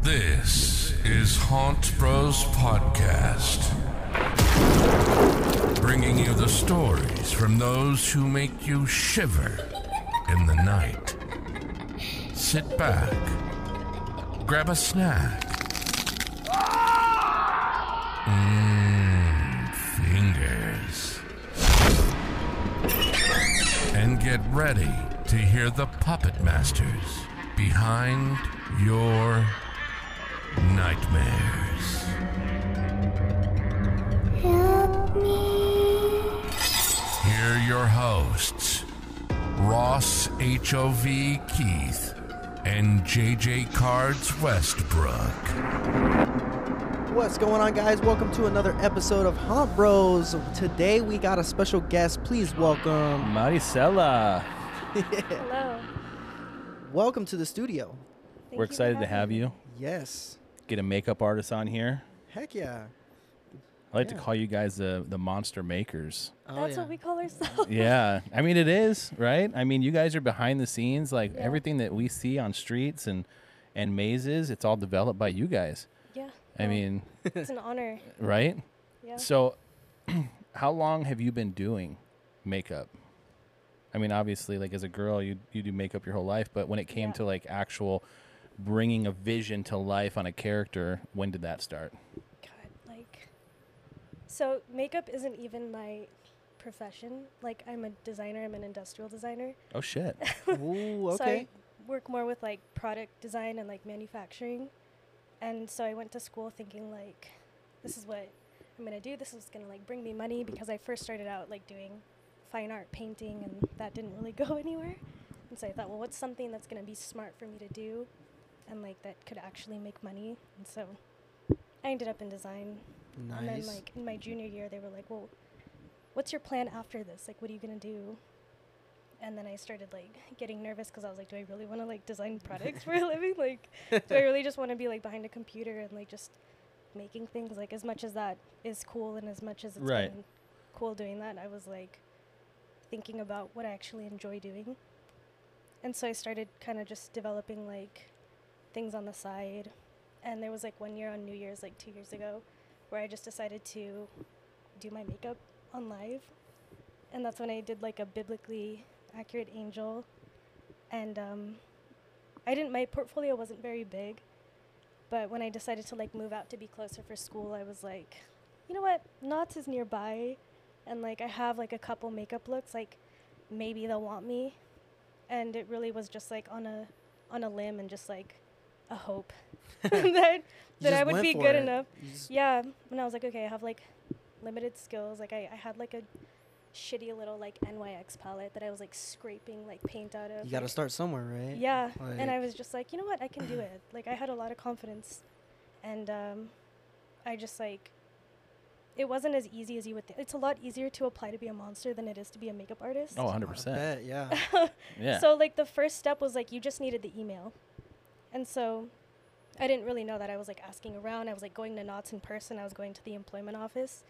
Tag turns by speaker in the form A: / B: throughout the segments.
A: This is Haunt Bros Podcast. Bringing you the stories from those who make you shiver in the night. Sit back, grab a snack. Mmm, fingers. And get ready to hear the puppet masters behind your nightmares.
B: Help me.
A: Here are your hosts, Ross H.O.V. Keith and J.J. Cards Westbrook.
C: What's going on, guys? Welcome to another episode of Haunt Bros. Today we got a special guest. Please welcome.
D: Maricela,
B: Hello.
C: Welcome to the studio.
B: Thank
D: we're
B: you
D: excited
B: for
D: to have
B: having
D: you.
C: Yes.
D: Get a makeup artist on here.
C: Heck yeah.
D: I like
C: Yeah.
D: to call you guys the the monster makers.
C: Oh,
B: me. Oh, That's what we call ourselves.
D: yeah, I mean it is right. I mean you guys are behind the scenes, like everything that we see on streets and and mazes. It's all developed by you guys.
B: Yeah.
D: I
B: no,
D: mean,
B: it's an honor.
D: right?
B: Yeah.
D: So, how long have you been doing makeup? I mean, obviously, like as a girl, you you do makeup your whole life, but when it came
B: Yeah.
D: to like actual bringing a vision to life on a character, when did that start?
B: God, like. So makeup isn't even my profession. Like I'm a designer. I'm an industrial designer.
D: Oh shit!
C: Ooh,
B: So I
C: okay.
B: work more with like product design and like manufacturing, and so I went to school thinking like, this is what I'm gonna do. This is gonna like bring me money because I first started out like doing fine art painting, and that didn't really go anywhere. And so I thought, well, what's something that's gonna be smart for me to do, and like that could actually make money. And so I ended up in design. And then
C: Nice.
B: like in my junior year, they were like, well, what's your plan after this? Like, what are you gonna do? and then I started like getting nervous because I was like, do I really want to like design products for a living? Like, do I really just want to be like behind a computer and like just making things? Like, as much as that is cool and as much as it's
D: Right.
B: been cool doing that, I was like thinking about what I actually enjoy doing. And so I started kind of just developing like things on the side. And there was like one year on New Year's, like two years ago, where I just decided to do my makeup on live. And that's when I did like a biblically accurate angel. And um, I didn't, my portfolio wasn't very big. But when I decided to like move out to be closer for school, I was like, you know what? Knott's is nearby. And like I have like a couple makeup looks. Like maybe they'll want me. And it really was just like on a on a limb and just like a hope that
C: You
B: that I
C: just
B: would
C: went
B: be
C: for
B: good
C: it.
B: enough.
C: You just-
B: Yeah, and I was like, okay, I have like limited skills. Like I, I had like a shitty little like NYX palette that I was like scraping like paint out of.
C: You got to
B: like-
C: start somewhere, right?
B: Yeah, and I
C: Like-
B: was just like, you know what, I can do it. Like I had a lot of confidence, and um, I just like, it wasn't as easy as you would think. It's a lot easier to apply to be a monster than it is to be a makeup artist.
D: Oh, 100
C: I
D: percent.
C: bet, yeah.
D: Yeah.
B: So like the first step was like you just needed the email, and so I didn't really know that. I was like asking around. I was like going to Knots in person. I was going to the employment office,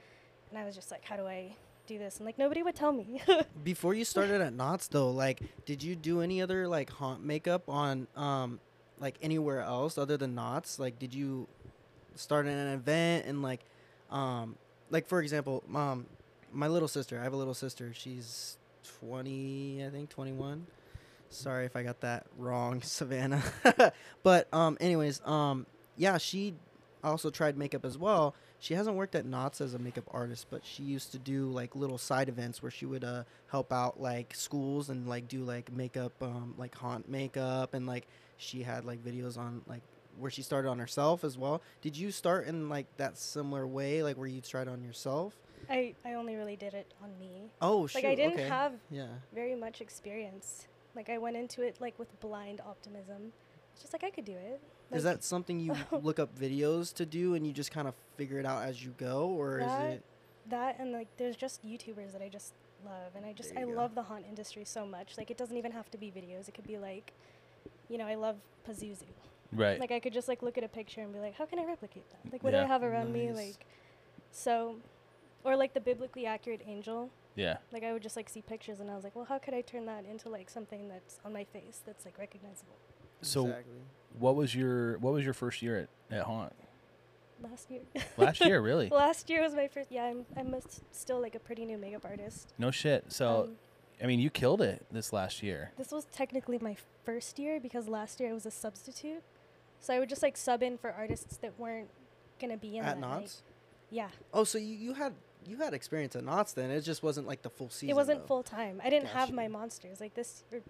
B: and I was just like, how do I do this? And like nobody would tell me.
C: Before you started at Knots, though, like, did you do any other like haunt makeup on um, like anywhere else other than Knots? Like, did you start at an event and like, um, like for example, um, my little sister. I have a little sister. She's twenty, I think, twenty one. Sorry if I got that wrong, Savannah. but um, anyways, um, yeah, she also tried makeup as well. She hasn't worked at Knots as a makeup artist, but she used to do like little side events where she would uh, help out like schools and like do like makeup, um, like haunt makeup, and like she had like videos on like where she started on herself as well. Did you start in like that similar way, like where you tried on yourself?
B: I I only really did it on me.
C: Oh,
B: Like
C: shoot,
B: I didn't
C: okay.
B: have
C: Yeah.
B: very much experience. Like I went into it like with blind optimism. It's just like I could do it.
C: Is
B: Like,
C: that something you look up videos to do and you just kind of figure it out as you go, or is
B: That-
C: it?
B: that and like there's just youtubers that i just love and i just
C: There
B: i
C: you go.
B: love the haunt industry so much like it doesn't even have to be videos it could be like you know i love pazuzu
D: right.
B: like i could just like look at a picture and be like how can i replicate that like what do
D: Yeah.
B: i have around me
C: Nice.
B: like so or like the biblically accurate angel
D: yeah.
B: like i would just like see pictures and i was like well how could i turn that into like something that's on my face that's like recognizable
D: So
C: exactly.
D: what was your what was your first year at, at Haunt?
B: last year.
D: Last year, really?
B: last year was my first. Yeah, I'm I'm a s still like a pretty new makeup artist.
D: No shit. So
B: Um,
D: I mean, you killed it this last year.
B: this was technically my first year because last year I was a substitute, so I would just like sub in for artists that weren't gonna be in
C: at
B: that
C: Knots.
B: night. Yeah,
C: Oh, so you, you had you had experience at Knots then. It just wasn't like the full season.
B: it wasn't
C: though.
B: full time. I didn't have my
C: Gotcha.
B: monsters like this. Or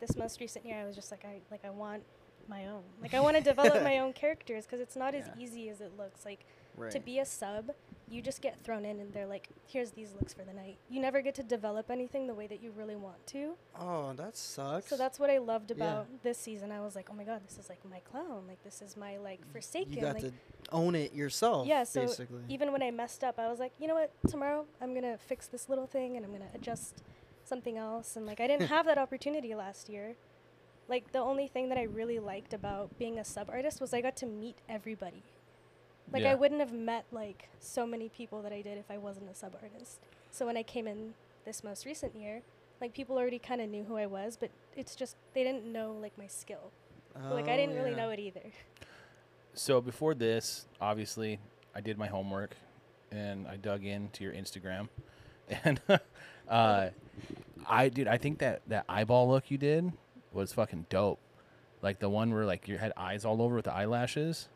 B: This most recent year, I was just like I like I want my own. Like I want to develop my own characters because it's not as
C: Yeah.
B: easy as it looks. Like
C: Right.
B: to be a sub, you just get thrown in and they're like, here's these looks for the night. You never get to develop anything the way that you really want to.
C: oh, that sucks.
B: So that's what I loved
C: Yeah.
B: about this season. I was like, oh my god, this is like my clown. Like this is my like forsaken.
C: you got
B: like,
C: to own it yourself.
B: yeah, so
C: basically.
B: even when I messed up, I was like, you know what? Tomorrow I'm gonna fix this little thing and I'm gonna adjust something else. And like I didn't have that opportunity last year. Like the only thing that I really liked about being a sub artist was I got to meet everybody. Like
D: Yeah.
B: I wouldn't have met like so many people that I did if I wasn't a sub artist. So when I came in this most recent year, like people already kind of knew who I was, but it's just they didn't know like my skill. But,
C: Oh,
B: like I didn't really know it either.
D: So before this, obviously, I did my homework and I dug into your Instagram, and uh, I dude, I think that that eyeball look you did was fucking dope. Like the one where like you had eyes all over with the eyelashes.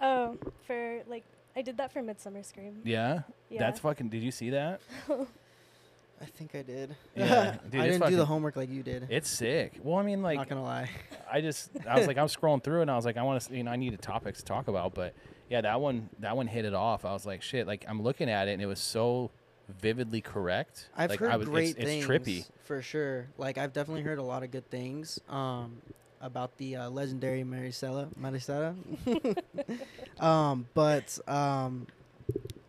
B: Oh, for like I did that for Midsummer Scream.
D: Yeah,
B: Yeah.
D: that's fucking. Did you see that?
C: I think I did.
D: Yeah, dude,
C: I didn't
D: it's
C: do
D: fucking-
C: the homework like you did.
D: It's sick. Well, I mean, like
C: Not gonna lie.
D: I just I was like I'm scrolling through and I was like I want to you know I needed topics to talk about but yeah that one that one hit it off I was like shit like I'm looking at it and it was so vividly correct
C: I've
D: like,
C: heard
D: I was,
C: great
D: it's,
C: things.
D: it's trippy
C: for sure. Like I've definitely heard a lot of good things um, about the uh, legendary Maricela. Maricela. um, but um,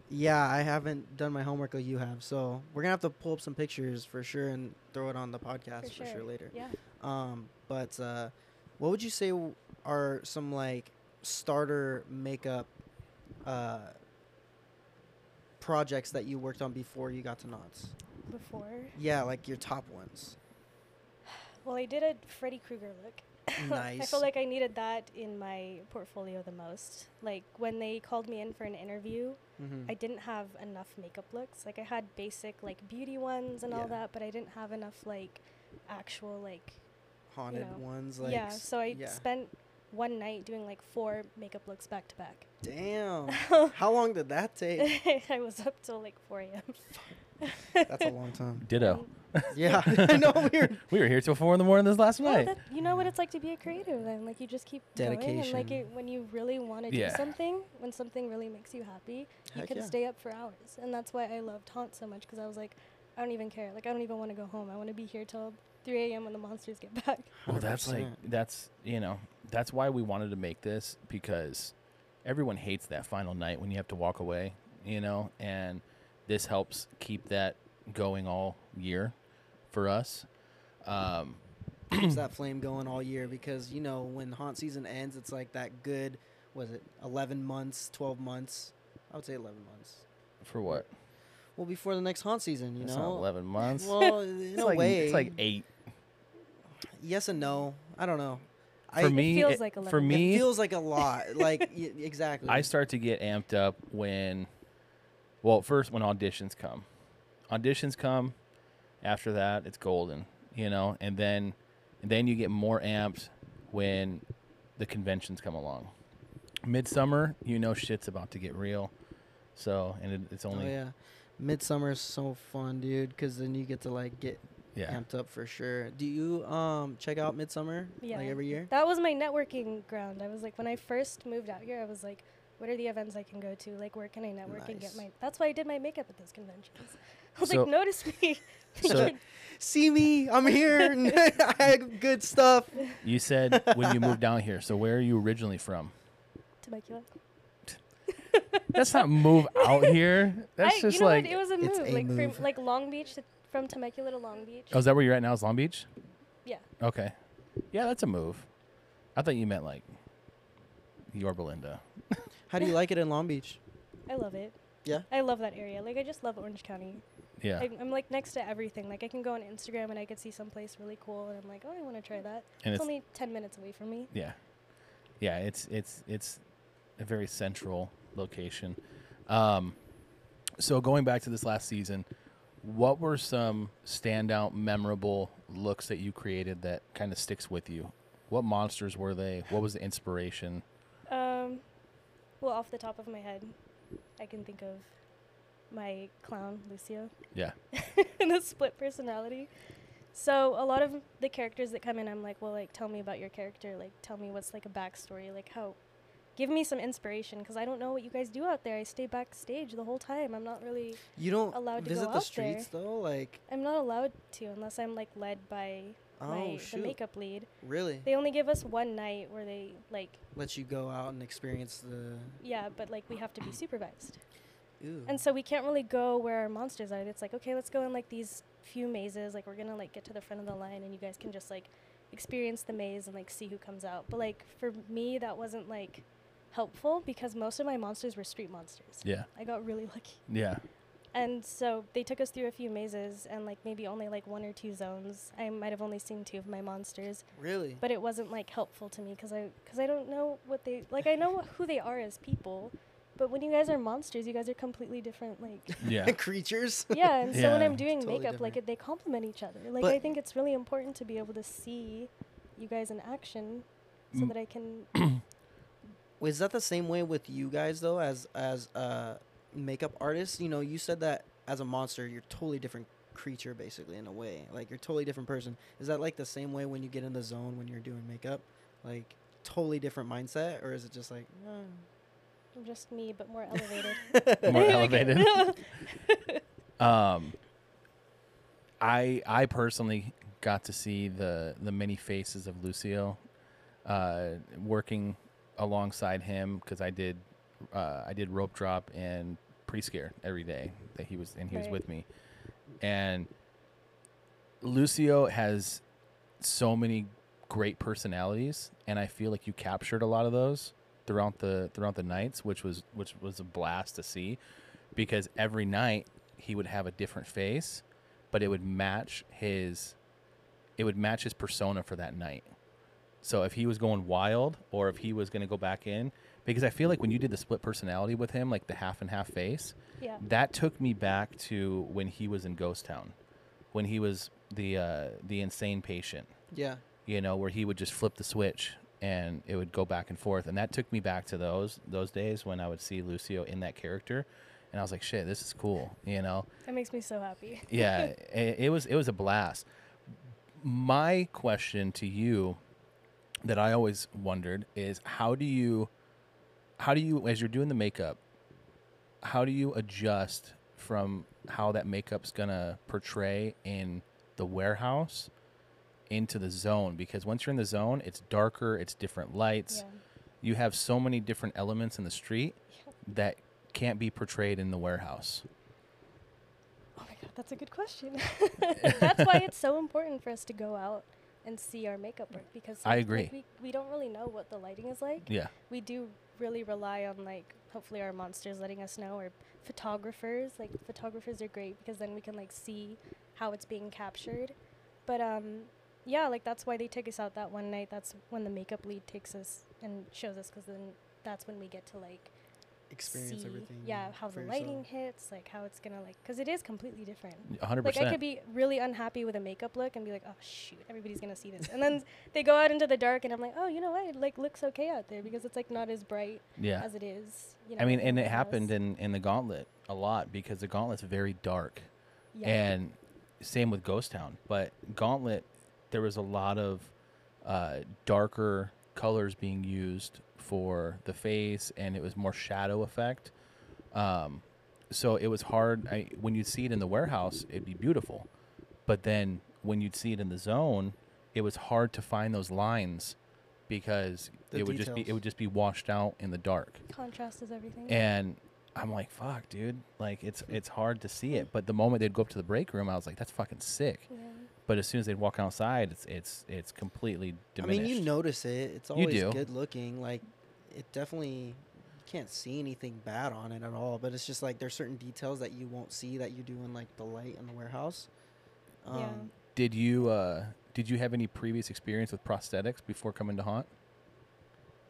C: yeah, I haven't done my homework like you have, so we're gonna have to pull up some pictures for sure and throw it on the podcast for sure, later.
B: Yeah.
C: Um, but uh, what would you say w- are some like starter makeup uh, projects that you worked on before you got to Knots?
B: Before.
C: Yeah, like your top ones.
B: Well, I did a Freddy Krueger look. I
C: Nice.
B: feel like I needed that in my portfolio the most. Like when they called me in for an interview,
C: mm-hmm.
B: I didn't have enough makeup looks. Like I had basic like beauty ones and all
C: Yeah.
B: that, but I didn't have enough like actual like
C: Haunted
B: know,
C: ones, like
B: yeah.
C: s-
B: So I
C: yeah.
B: spent one night doing like four makeup looks back to back.
C: Damn, how long did that take?
B: I was up till like 4 a.m.
C: That's a long time.
D: ditto
C: Yeah, I know we were
D: we were here till four in the morning this last
B: Oh,
D: night
B: that, you know what it's like to be a creative then like you just keep going and like
C: Dedication.
B: it, when you really want to
D: Yeah.
B: do something when something really makes you happy you
C: Heck
B: can
C: yeah.
B: stay up for hours and that's why i loved haunt so much because i was like i don't even care like i don't even want to go home i want to be here till 3 a.m when the monsters get back
D: well that's like
C: 100%.
D: that's you know that's why we wanted to make this because everyone hates that final night when you have to walk away you know and this helps keep that going all year for us um
C: keeps that flame going all year because you know when haunt season ends, it's like that good. Was it eleven months, twelve months? I would say eleven months.
D: for what
C: Well, before the next haunt season, you
D: It's
C: know.
D: not 11 months
C: Well, in
D: It's
C: a
D: like,
C: way,
D: It's like eight.
C: yes and no. I don't know.
D: For me,
B: feels
D: it-
B: like
D: for
B: 11. It
D: me,
C: it feels like a lot. Like y- exactly.
D: I start to get amped up when, well, first when auditions come. Auditions come. After that, it's golden, you know, and then, and then you get more amped when the conventions come along. Midsummer, you know, shit's about to get real. So, and it, it's
C: Oh
D: only
C: yeah, midsummer is so fun, dude. Because then you get to like get
D: yeah.
C: amped up for sure. Do you um check out midsummer like every year?
B: that was my networking ground i was like when i first moved out here i was like what are the events i can go to like where can i network and get
C: Nice.
B: my that's why i did my makeup at those conventions i was
D: So-
B: like notice me
D: So
C: See me, I'm here. I have good stuff.
D: you said when you moved down here. So where are you originally from?
B: temecula
D: That's not move out here. That's
B: I,
D: just
B: you know
D: like.
B: what? it was a
C: it's
B: move,
C: a
B: like
C: move.
B: From, like Long Beach to, from Temecula to Long Beach.
D: Oh, is that where you're at now? Is Long Beach?
B: Yeah.
D: Okay. Yeah, that's a move. I thought you meant like your Belinda.
C: How do you like it in Long Beach?
B: I love it.
C: Yeah?
B: I love that area. Like I just love Orange County.
D: Yeah.
B: I'm, I'm like next to everything. Like I can go on Instagram and I could see someplace really cool, and I'm like, oh, I want to try that.
D: And it's-
B: it's only ten minutes away from me.
D: Yeah, yeah. It's it's it's a very central location. Um, so going back to this last season, what were some standout, memorable looks that you created that kind of sticks with you? What monsters were they? What was the inspiration?
B: Um, well, off the top of my head, I can think of my clown Lucio
D: Yeah,
B: and a split personality. So a lot of the characters that come in, I'm like, well, like tell me about your character. Like tell me what's like a backstory. Like how, give me some inspiration because I don't know what you guys do out there. I stay backstage the whole time. I'm not really.
C: You don't
B: allowed to
C: visit
B: go
C: the
B: out
C: streets though, like
B: I'm not allowed to unless I'm like led by
C: oh
B: my the
C: shoot,
B: makeup lead.
C: really?
B: They only give us one night where they like
C: Let you go out and experience the
B: yeah, but like we have to be supervised.
C: ooh.
B: And so we can't really go where our monsters are. It's like, okay, let's go in like these few mazes. Like we're gonna like get to the front of the line and you guys can just like experience the maze and like see who comes out. But like for me that wasn't like helpful because most of my monsters were street monsters.
D: yeah,
B: I got really lucky.
D: yeah.
B: And so they took us through a few mazes and like maybe only like one or two zones. I might have only seen two of my monsters.
C: really?
B: but it wasn't like helpful to me because I because I don't know what they like. I know who they are as people, but when you guys are monsters, you guys are completely different. Like
D: Yeah,
C: creatures.
B: yeah, and so when
D: Yeah.
B: I'm doing
C: Totally
B: makeup, like
C: different.
B: it, they complement each other. Like
C: But-
B: I think it's really important to be able to see you guys in action so
D: Mm.
B: that I can.
C: Was that the same way with you guys though, as as uh, makeup artists? You know, you said that as a monster, you're totally different creature basically in a way. Like you're totally different person. Is that like the same way when you get in the zone when you're doing makeup? Like totally different mindset, or is it just like?
B: Mm. I'm just me, but more elevated.
D: more
B: Okay.
D: elevated. Um, I I personally got to see the the many faces of Lucio, uh, working alongside him because I did uh, I did rope drop and pre scare every day that he was and he was
B: Right.
D: with me, and Lucio has so many great personalities, and I feel like you captured a lot of those throughout the throughout the nights, which was which was a blast to see, because every night he would have a different face, but it would match his it would match his persona for that night. So if he was going wild or if he was going to go back in, because I feel like when you did the split personality with him, like the half and half face,
B: yeah,
D: that took me back to when he was in Ghost Town, when he was the uh, the insane patient
C: Yeah.
D: you know, where he would just flip the switch and it would go back and forth. And that took me back to those those days when I would see Lucio in that character, and I was like, shit, this is cool, you know.
B: that makes me so happy.
D: Yeah, it, it was it was a blast. My question to you that I always wondered is how do you how do you as you're doing the makeup, how do you adjust from how that makeup's gonna portray in the warehouse into the zone? Because once you're in the zone, it's darker, it's different lights
B: Yeah.
D: you have so many different elements in the street that can't be portrayed in the warehouse.
B: Oh my god, that's a good question. that's why it's so important for us to go out and see our makeup work because
D: I
B: like,
D: agree.
B: we, we don't really know what the lighting is like.
D: Yeah.
B: we do really rely on like hopefully our monsters letting us know or photographers like photographers are great because then we can like see how it's being captured but um yeah like that's why they take us out that one night that's when the makeup lead takes us and shows us because then that's when we get to like
C: Experience
B: see,
C: everything.
B: yeah how
C: for
B: the
C: yourself.
B: lighting hits like how it's gonna like because it is completely different
D: 100%.
B: like I could be really unhappy with a makeup look and be like, oh shoot, everybody's gonna see this. And then they go out into the dark, and I'm like, oh, you know what? It like looks okay out there because it's like not as bright
D: yeah.
B: as it is. You know,
D: I mean,
B: in
D: and it
B: the
D: happened
B: house.
D: in, in the gauntlet a lot because the gauntlet's very dark.
B: yeah.
D: And same with Ghost Town. But Gauntlet, there was a lot of uh, darker colors being used for the face, and it was more shadow effect. Um, so it was hard. I, when you'd see it in the warehouse, it'd be beautiful. But then when you'd see it in the zone, it was hard to find those lines because
C: The
D: it would just be it
C: details.
D: would just be washed out in the dark
B: contrast is everything.
D: and I'm like, fuck, dude. Like it's it's hard to see it. But the moment they'd go up to the break room, I was like, that's fucking sick.
B: yeah.
D: But as soon as they'd walk outside, it's it's it's completely
C: I
D: diminished.
C: mean, you notice it. It's
D: You
C: always
D: do.
C: good looking. Like it definitely can't see anything bad on it at all, but it's just like there's certain details that you won't see that you do in like the light in the warehouse. Um,
B: Yeah.
D: Did you uh, did you have any previous experience with prosthetics before coming to haunt?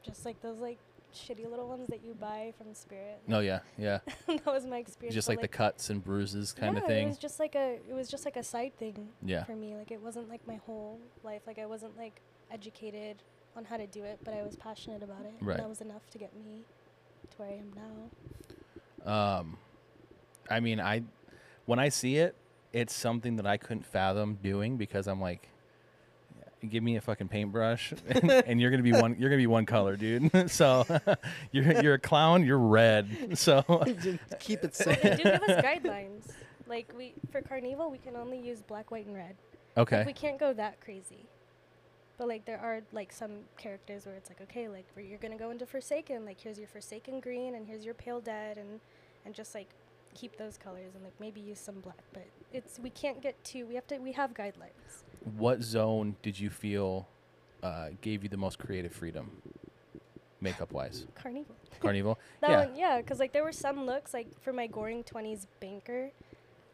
B: Just like those like shitty little ones that you buy from Spirit.
D: No, yeah, yeah.
B: that was my experience.
D: just
B: but,
D: like, the cuts and bruises kind
B: yeah,
D: of
B: It
D: thing.
B: was just like a it was just like a side thing
D: Yeah.
B: for me. Like it wasn't like my whole life. Like I wasn't like educated on how to do it, but I was passionate about it.
D: Right.
B: And that was enough to get me to where I am now.
D: Um, I mean, I when I see it, it's something that I couldn't fathom doing because I'm like, give me a fucking paintbrush, and, and you're gonna be one. You're gonna be one color, dude. so you're you're a clown. You're red. So
C: Just keep it
B: They
C: simple.
B: do give us guidelines. Like we for Carnival, we can only use black, white, and red. Like, we
D: okay,
B: can't go that crazy. But like there are like some characters where it's like okay, like where you're gonna go into Forsaken, like here's your Forsaken green and here's your Pale Dead, and and just like keep those colors and like maybe use some black. But it's we can't get too. We have to. We have guidelines.
D: what zone did you feel uh, gave you the most creative freedom, makeup wise?
B: Carnival.
D: Carnival.
B: That
D: yeah.
B: one, yeah, because like there were some looks like for my Goring Twenties banker,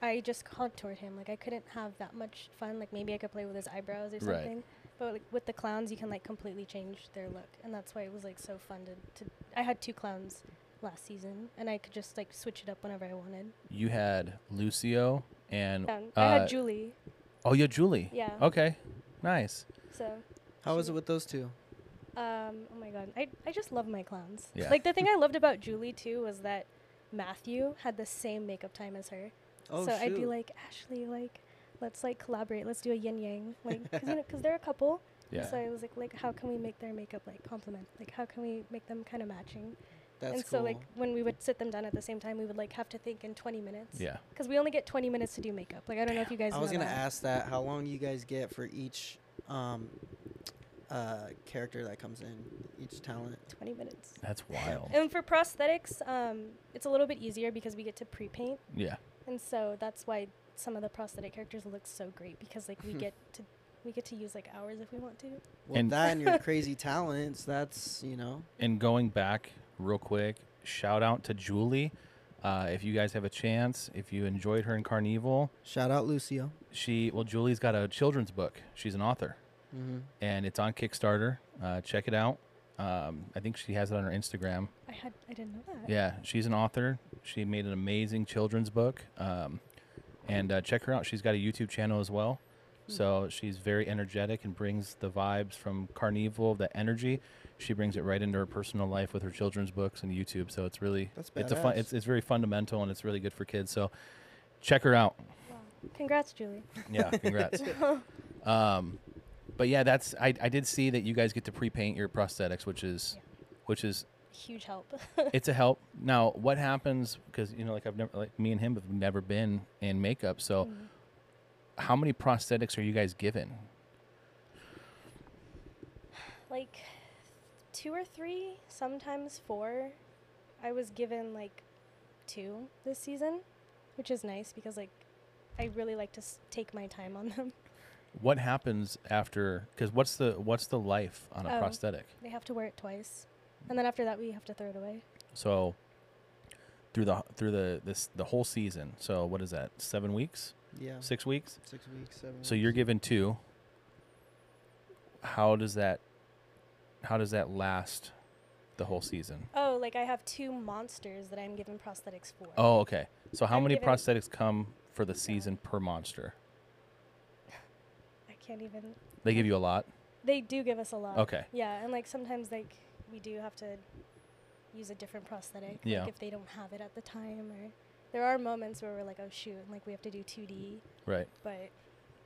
B: I just contoured him. Like I couldn't have that much fun. Like maybe I could play with his eyebrows or
D: Right.
B: something. But like with the clowns, you can like completely change their look, and that's why it was like so fun to. to I had two clowns last season, and I could just like switch it up whenever I wanted.
D: You had Lucio and
B: Um, I
D: uh,
B: had Julie,
D: oh, you had Julie.
B: yeah.
D: Okay, nice.
B: So,
C: How was it with those two?
B: um, oh my god, I I just love my clowns.
D: Yeah.
B: Like the thing I loved about Julie too was that Matthew had the same makeup time as her.
C: Oh,
B: so
C: shoot.
B: I'd be like, Ashley, like, let's like collaborate. Let's do a yin yang, like, because you know, they they're a couple.
D: Yeah.
B: So I was like, like, how can we make their makeup like complement? Like, how can we make them kind of matching?
C: That's
B: and
C: cool.
B: so like when we would sit them down at the same time, we would like have to think in 20 minutes.
D: Yeah.
B: Because we only get 20 minutes to do makeup. Like I don't know if you guys.
C: I was
B: know
C: gonna
B: that.
C: ask that. How long you guys get for each um, uh, character that comes in, each talent?
B: 20 minutes.
D: That's wild.
B: And for prosthetics, um, it's a little bit easier because we get to pre-paint,
D: Yeah.
B: and so that's why some of the prosthetic characters look so great because like we get to we get to use like hours if we want to.
C: Well,
D: And-
C: that and your crazy talents. That's you know.
D: And going back real quick, shout out to Julie. Uh, if you guys have a chance, if you enjoyed her in Carnival,
C: Shout out Lucio.
D: she well, Julie's got a children's book. She's an author,
C: Mm-hmm.
D: and it's on Kickstarter. Uh, check it out. Um, I think she has it on her Instagram.
B: I had I didn't know that.
D: Yeah, she's an author. She made an amazing children's book. Um, and uh, check her out. She's got a YouTube channel as well.
C: Hmm.
D: So she's very energetic and brings the vibes from Carnival, the energy. She brings it right into her personal life with her children's books and YouTube. So it's really
C: That's
D: it's a fun
C: badass.
D: it's, it's very fundamental and it's really good for kids. So check her out.
B: Wow. Congrats, Julie.
D: Yeah, congrats. um, but yeah, that's I, I did see that you guys get to pre-paint your prosthetics, which is which is
B: Huge help.
D: it's a help. Now, what happens? Because you know, like I've never, like me and him have never been in makeup. So, how many prosthetics are you guys given?
B: like two or three, sometimes four. I was given like two this season, which is nice because like I really like to s- take my time on them.
D: What happens after? Because what's the what's the life on a
B: Oh.
D: prosthetic?
B: They have to wear it twice, and then after that we have to throw it away.
D: So, through the through the this the whole season. So what is that? Seven weeks?
C: Yeah. Six,
D: Six weeks?
C: weeks. Seven.
D: So you're given two. How does that? How does that last? The whole season.
B: Oh, like I have two monsters that I'm given prosthetics for.
D: Oh, okay. So how
B: I'm
D: many
B: given-
D: prosthetics come for the season per monster?
B: I can't even.
D: They give you a lot.
B: They do give us a lot.
D: Okay.
B: Yeah, and like sometimes like we do have to use a different prosthetic.
D: Yeah.
B: Like if they don't have it at the time, or there are moments where we're like, oh shoot, and like we have to do 2D,
D: Right.
B: but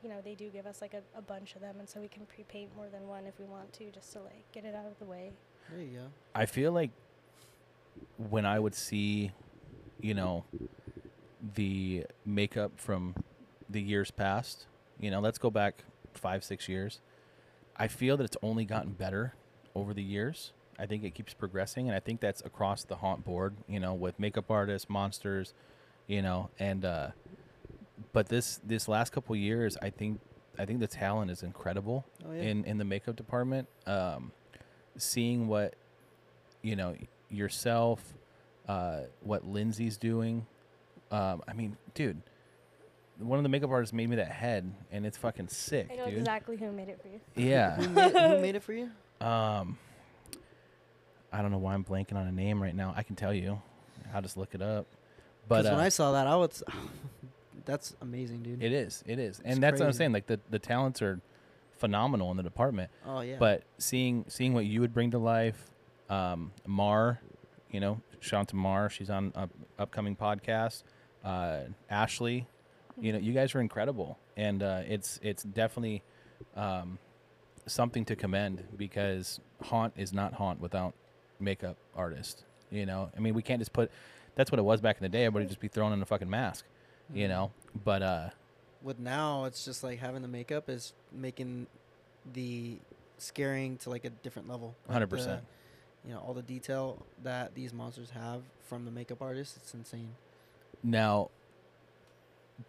B: you know they do give us like a, a bunch of them, and so we can pre-paint more than one if we want to, just to like get it out of the way.
C: There you go.
D: I feel like when I would see, you know, the makeup from the years past, you know, let's go back five, six years. I feel that it's only gotten better over the years. I think it keeps progressing, and I think that's across the haunt board, you know, with makeup artists, monsters, you know, and uh, but this this last couple years, I think I think the talent is incredible
C: Oh, yeah.
D: in in the makeup department. Um, seeing what you know yourself uh, what Lindsay's doing. Um, I mean, dude, one of the makeup artists made me that head, and it's fucking sick,
B: I know
D: dude.
B: exactly who made it for you.
D: Yeah.
C: Who made, who made it for you?
D: Um, I don't know why I'm blanking on a name right now. I can tell you. I'll just look it up. But
C: Because
D: uh,
C: when I saw that, I was, that's amazing, dude.
D: it is, it is, and
C: It's
D: that's what I'm
C: crazy.
D: saying. Like the the talents are phenomenal in the department.
C: oh yeah.
D: But seeing seeing what you would bring to life, um, Mar, you know, Shanta Mar, she's on a upcoming podcast. Uh, Ashley, you know, you guys are incredible, and uh, it's it's definitely um, something to commend because haunt is not haunt without makeup artists. You know, I mean, we can't just put. That's what it was back in the day. Everybody just be thrown in a fucking mask, you know. But uh,
C: with now, it's just like having the makeup is making the scaring to like a different level. Like,
D: hundred
C: the-
D: percent.
C: You know all the detail that these monsters have from the makeup artist. It's insane.
D: Now,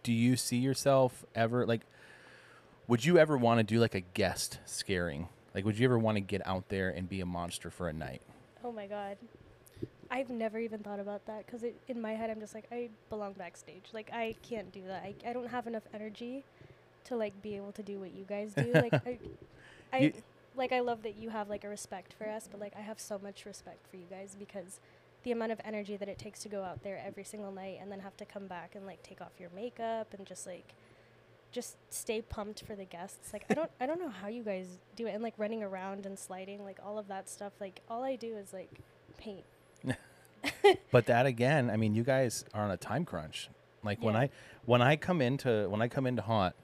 D: do you see yourself ever like? Would you ever want to do like a guest scaring? Like, would you ever want to get out there and be a monster for a night?
B: Oh my god. I've never even thought about that because in my head I'm just like I belong backstage. Like I can't do that. I, I don't have enough energy to like be able to do what you guys do. Like I, I
D: You-
B: like I love that you have like a respect for us, but like I have so much respect for you guys because the amount of energy that it takes to go out there every single night and then have to come back and like take off your makeup and just like just stay pumped for the guests. Like I don't I don't know how you guys do it and like running around and sliding like all of that stuff. Like all I do is like paint.
D: But that again, I mean, you guys are on a time crunch. Like when
B: Yeah.
D: I when I come into when I come into haunt,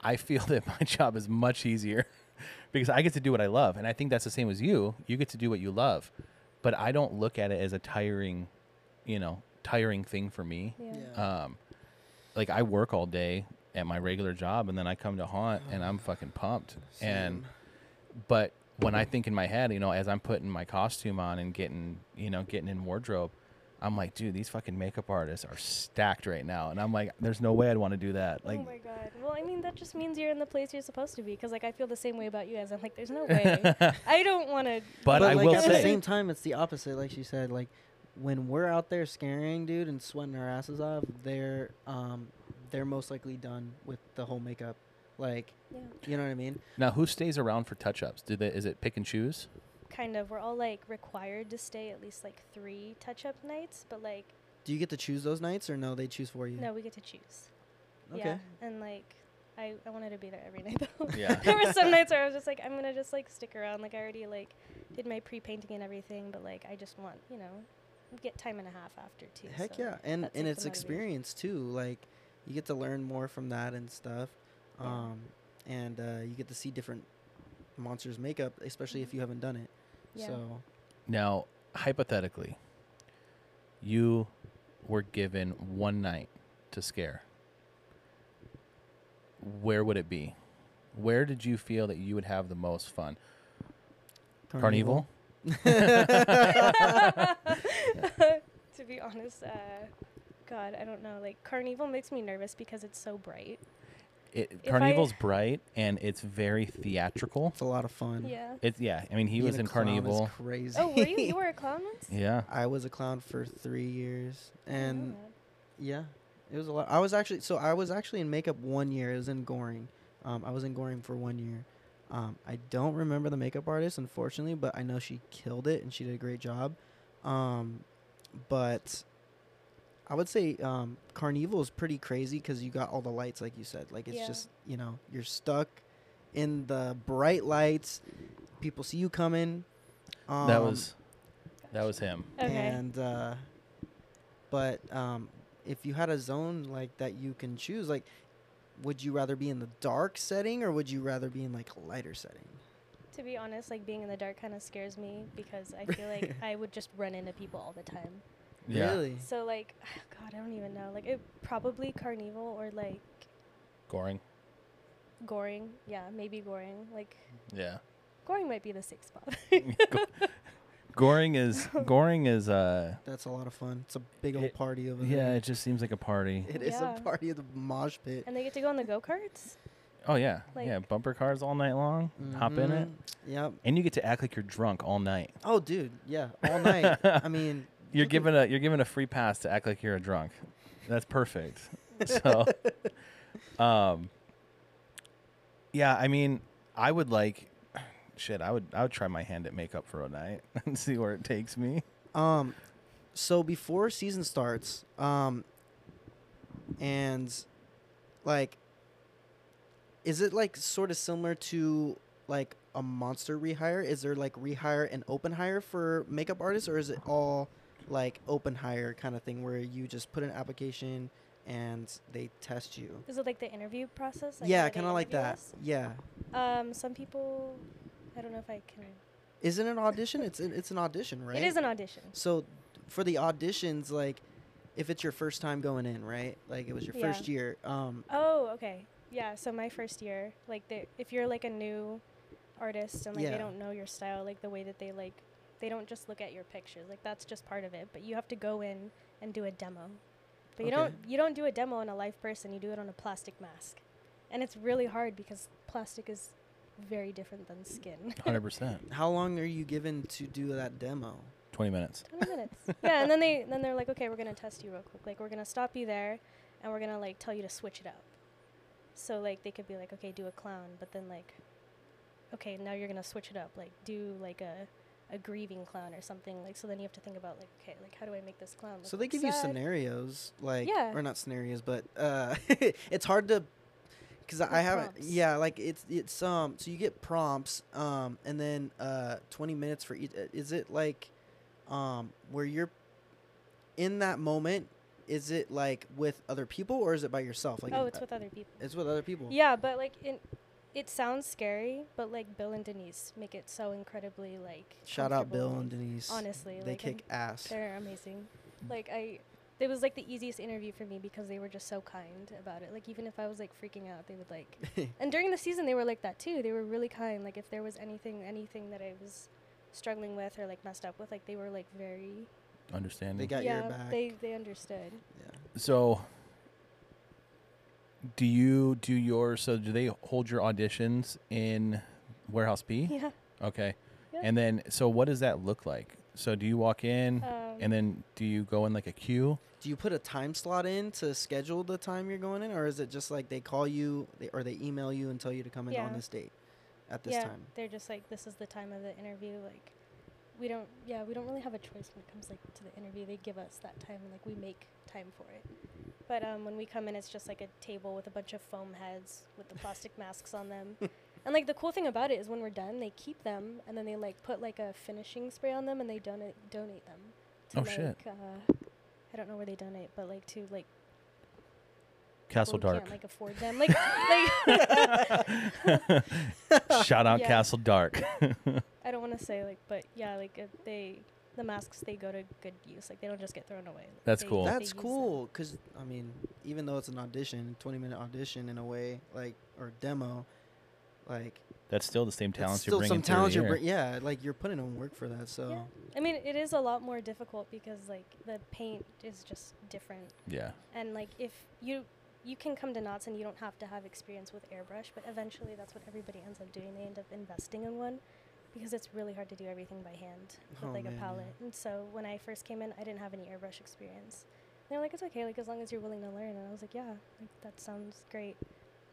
D: I feel that my job is much easier because I get to do what I love, and I think that's the same as you. You get to do what you love, but I don't look at it as a tiring, you know, tiring thing for me.
B: Yeah.
D: um, like I work all day at my regular job, and then I come to haunt, and I'm fucking pumped. And but when I think in my head, you know, as I'm putting my costume on and getting, you know, getting in wardrobe, I'm like, dude, these fucking makeup artists are stacked right now, and I'm like, there's no way I'd want to do that. Like,
B: oh my god. Well, I mean that just means you're in the place you're supposed to be because like I feel the same way about you guys. I'm like, there's no way. I don't want to.
D: but, I
C: like,
D: will
C: at the
D: say,
C: same time, it's the opposite. Like she said, like when we're out there scaring dude and sweating our asses off, they're um they're most likely done with the whole makeup. Like
B: Yeah.
C: you know what I mean?
D: now who stays around for touch-ups? Do they? Is it pick and choose?
B: Kind of. We're all like required to stay at least like three touch-up nights, but like
C: Do you get to choose those nights or no? They choose for you.
B: no, we get to choose.
C: Okay.
B: Yeah. And like. I, I wanted to be there every night though.
D: Yeah.
B: there were some nights where I was just like, I'm gonna just like stick around. Like I already like did my pre painting and everything, but like I just want you know get time and a half after too.
C: Heck
B: so
C: yeah, and
B: that's,
C: and
B: like,
C: it's
B: the motivation.
C: experience too. Like you get to learn more from that and stuff,
B: Yeah.
C: um, and uh, you get to see different monsters' makeup, especially if you haven't done it.
B: Mm-hmm. Yeah.
C: So
D: Now, hypothetically, you were given one night to scare. Where would it be? Where did you feel that you would have the most fun? Carnival?
B: to be honest, uh, God, I don't know. Like Carnival makes me nervous because it's so bright.
D: It,
B: I-
D: Carnival's bright and it's very theatrical.
C: It's a lot of fun.
B: Yeah.
D: It's yeah, I mean he
C: Being
D: was
C: a
D: in
C: clown is
D: Carnival.
C: Crazy.
B: Oh, were you? You were a clown once?
D: Yeah.
C: I was a clown for three years, and
B: Oh.
C: yeah, it was a lot. I was actually so I was actually in makeup one year. It was in Goring. Um, I was in Goring for one year. Um, I don't remember the makeup artist, unfortunately, but I know she killed it and she did a great job. Um, but I would say um, Carnival is pretty crazy because you got all the lights, like you said. Like it's
B: Yeah.
C: just you know you're stuck in the bright lights. People see you coming. Um,
D: that was that was him.
B: Okay.
C: and uh, but um, if you had a zone like that, you can choose. Like, would you rather be in the dark setting or would you rather be in like a lighter setting?
B: to be honest, like being in the dark kind of scares me because I feel like I would just run into people all the time.
D: Yeah.
C: Really?
B: So like, God, I don't even know. Like it probably Carnival or like
D: Goring.
B: Goring. Yeah, maybe Goring. Like
C: Hmm.
D: Yeah.
B: Goring might be the safe spot.
D: Goring is Goring is uh
C: That's a lot of fun. It's a big old
D: It-
C: party over
D: yeah,
C: there.
D: it just seems like a party.
C: It is
B: Yeah.
C: a party of the mosh pit.
B: and they get to go on the go karts.
D: Oh yeah. yeah,
B: Like-
D: bumper cars all night long. Hop in it.
C: Mhm. Yep.
D: And you get to act like you're drunk all night.
C: Oh, dude. Yeah. All night. I mean,
D: you're given a you're given a free pass to act like you're a drunk. That's perfect. So, um, yeah, I mean, I would like, shit, I would I would try my hand at makeup for a night and see where it takes me.
C: Um, so before season starts, um, and like, is it like sort of similar to like a monster rehire? Is there like rehire and open hire for makeup artists, or is it all like open hire kind of thing where you just put an application and they test you?
B: Is it like the interview process?
C: yeah,
B: where they
C: kind of like
B: interview
C: that.
B: us?
C: Yeah.
B: Um, some people, I don't know if I can.
C: Isn't it an audition? It's an, it's an audition, right?
B: It is an audition.
C: So for the auditions, like if it's your first time going in, right? Like it was your
B: Yeah.
C: first year. Um,
B: Oh, okay. Yeah. So my first year, like, they, if you're like a new artist and like
C: Yeah.
B: they don't know your style, like the way that they like, they don't just look at your pictures. Like that's just part of it. But you have to go in and do a demo. But you
C: Okay.
B: don't you don't do a demo on a live person. You do it on a plastic mask, and it's really hard because plastic is very different than skin.
D: Hundred percent.
C: how long are you given to do that demo?
D: Twenty minutes.
B: 20 minutes. yeah, and then they then they're like, okay, we're gonna test you real quick. Like we're gonna stop you there, and we're gonna like tell you to switch it up. So like they could be like, okay, do a clown, but then like, okay, now you're gonna switch it up. Like do like a a grieving clown or something. Like so then you have to think about like, okay, like how do I make this clown? Look
C: So they
B: like
C: give you
B: sad?
C: scenarios, like
B: Yeah.
C: or not scenarios, but uh, it's hard to because I
B: Like
C: haven't.
B: prompts.
C: Yeah, like it's it's um. So you get prompts, um, and then uh, twenty minutes for each. uh, Is it like, um, where you're in that moment? Is it like with other people or is it by yourself? Like
B: Oh,
C: uh,
B: it's with other people.
C: it's with other people.
B: Yeah, but like in. It sounds scary, but like Bill and Denise make it so incredibly like.
C: Shout out Bill
B: comfortable.
C: and Denise.
B: honestly,
C: they
B: like, I'm-
C: kick ass.
B: They're amazing. Like I, it was like the easiest interview for me because they were just so kind about it. Like even if I was like freaking out, they would like. And during the season, they were like that too. They were really kind. Like if there was anything, anything that I was struggling with or like messed up with, like they were like very.
D: Understanding.
C: They got
B: yeah,
C: your back.
B: they they understood.
D: so do you do your so do they hold your auditions in warehouse b
B: Yeah.
D: okay
B: Yeah.
D: and then so what does that look like so do you walk in
B: Um,
D: and then do you go in like a queue
C: Do you put a time slot in to schedule the time you're going in, or is it just like they call you they, or they email you and tell you to come in on
B: Yeah.
C: this date at this
B: yeah,
C: time?
B: they're just like this is the time of the interview. Like we don't. Yeah, we don't really have a choice when it comes like to the interview. They give us that time and like we make time for it. But um, when we come in, it's just like a table with a bunch of foam heads with the plastic masks on them. And like the cool thing about it is when we're done, they keep them and then they like put like a finishing spray on them and they donate donate them. To,
D: Oh,
B: like,
D: shit.
B: Uh, I don't know where they donate, but like to like
D: castle
B: people who
D: dark
B: can't like afford them. Like, like
D: shout out
B: Yeah.
D: castle dark
B: I don't want to say like, but yeah, like if they the masks they go to good use. Like they don't just get thrown away. Like,
D: That's
B: they-
D: cool.
B: they
C: That's
B: use them.
C: cool, cause I mean, even though it's an audition, 20 minute audition in a way, like or demo, like
D: that's still the same
C: it's
D: talents
C: still
D: you're bringing
C: some talents
D: through
C: you're
D: the
C: bring,
D: year.
C: yeah, like you're putting in work for that. So
B: Yeah. I mean, it is a lot more difficult because like the paint is just different,
D: yeah
B: and like if you you can come to knots and you don't have to have experience with airbrush, but eventually that's what everybody ends up doing. They end up investing in one because it's really hard to do everything by hand with
C: Oh,
B: like
C: man,
B: a
C: yeah.
B: palette. And so when I first came in, I didn't have any airbrush experience. They're like, it's okay, like as long as you're willing to learn. And I was like, yeah, like that sounds great.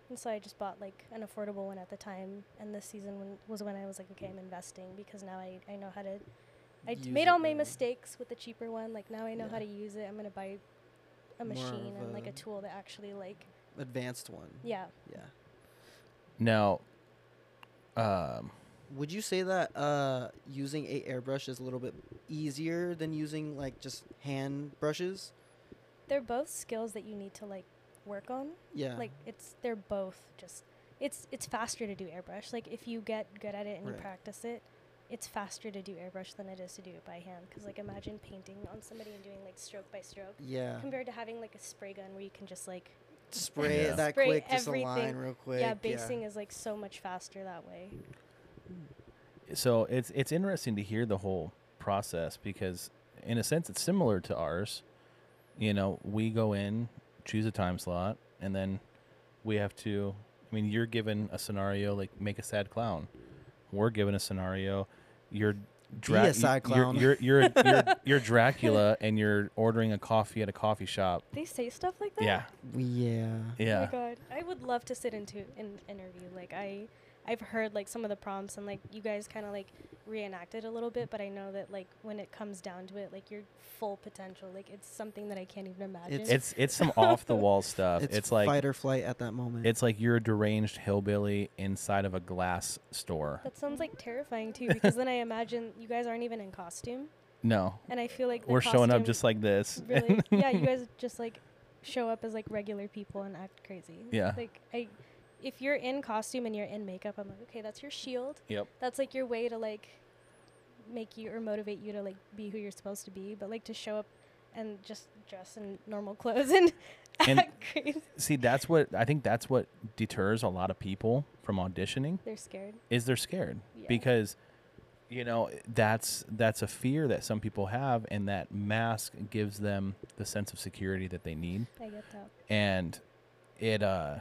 B: And so I just bought like an affordable one at the time. And this season when, was when I was like, okay, I'm investing because now I, I know how to. I d-
C: Use
B: made
C: it
B: all my
C: better.
B: mistakes with the cheaper one. Like now I know
C: Yeah.
B: how to use it. I'm gonna buy a
C: More
B: machine
C: of
B: and like
C: a-
B: a tool that actually like
C: advanced one.
B: yeah.
C: yeah.
D: now um
C: Would you say that uh, using a airbrush is a little bit easier than using like just hand brushes?
B: They're both skills that you need to like work on.
C: Yeah.
B: Like it's they're both just it's it's faster to do airbrush. Like if you get good at it and
C: Right.
B: you practice it, it's faster to do airbrush than it is to do it by hand. Because like imagine painting on somebody and doing like stroke by stroke
C: yeah.
B: compared to having like a spray gun where you can just like
C: spray
D: Yeah.
C: it that
B: Spray
C: quick, just a
B: everything.
C: line real quick.
B: yeah basing is like so much faster that way.
D: so it's it's interesting to hear the whole process because in a sense it's similar to ours you know we go in choose a time slot and then we have to i mean you're given a scenario like make a sad clown we're given a scenario you're Dra-
C: BSI
D: you-
C: clown.
D: You're you're you're, you're, you're Dracula, and you're ordering a coffee at a coffee shop.
B: They say stuff like that.
D: Yeah,
C: Yeah.
B: Oh my
D: yeah.
B: god, I would love to sit into an interview. Like I, I've heard like some of the prompts and like you guys kind of like reenacted a little bit, but I know that like when it comes down to it, like your full potential, like it's something that I can't even imagine.
D: It's it's some off the wall stuff.
C: It's,
D: It's, like
C: fight or flight at that moment.
D: it's like you're a deranged hillbilly inside of a glass store.
B: that sounds like terrifying too, because then I imagine you guys aren't even in costume,
D: No,
B: and I feel like the
D: we're showing up
B: costume
D: just like this.
B: really, yeah, you guys just like show up as like regular people and act crazy.
D: Yeah.
B: like I, if you're in costume and you're in makeup, I'm like, okay, that's your shield.
D: Yep.
B: that's like your way to like make you or motivate you to like be who you're supposed to be, but like to show up and just dress in normal clothes and,
D: And-
B: act crazy.
D: See, that's what I think. That's what deters a lot of people from auditioning.
B: They're scared.
D: is they're scared
B: Yeah.
D: because you know that's that's a fear that some people have and that mask gives them the sense of security that they need
B: I get that.
D: and it uh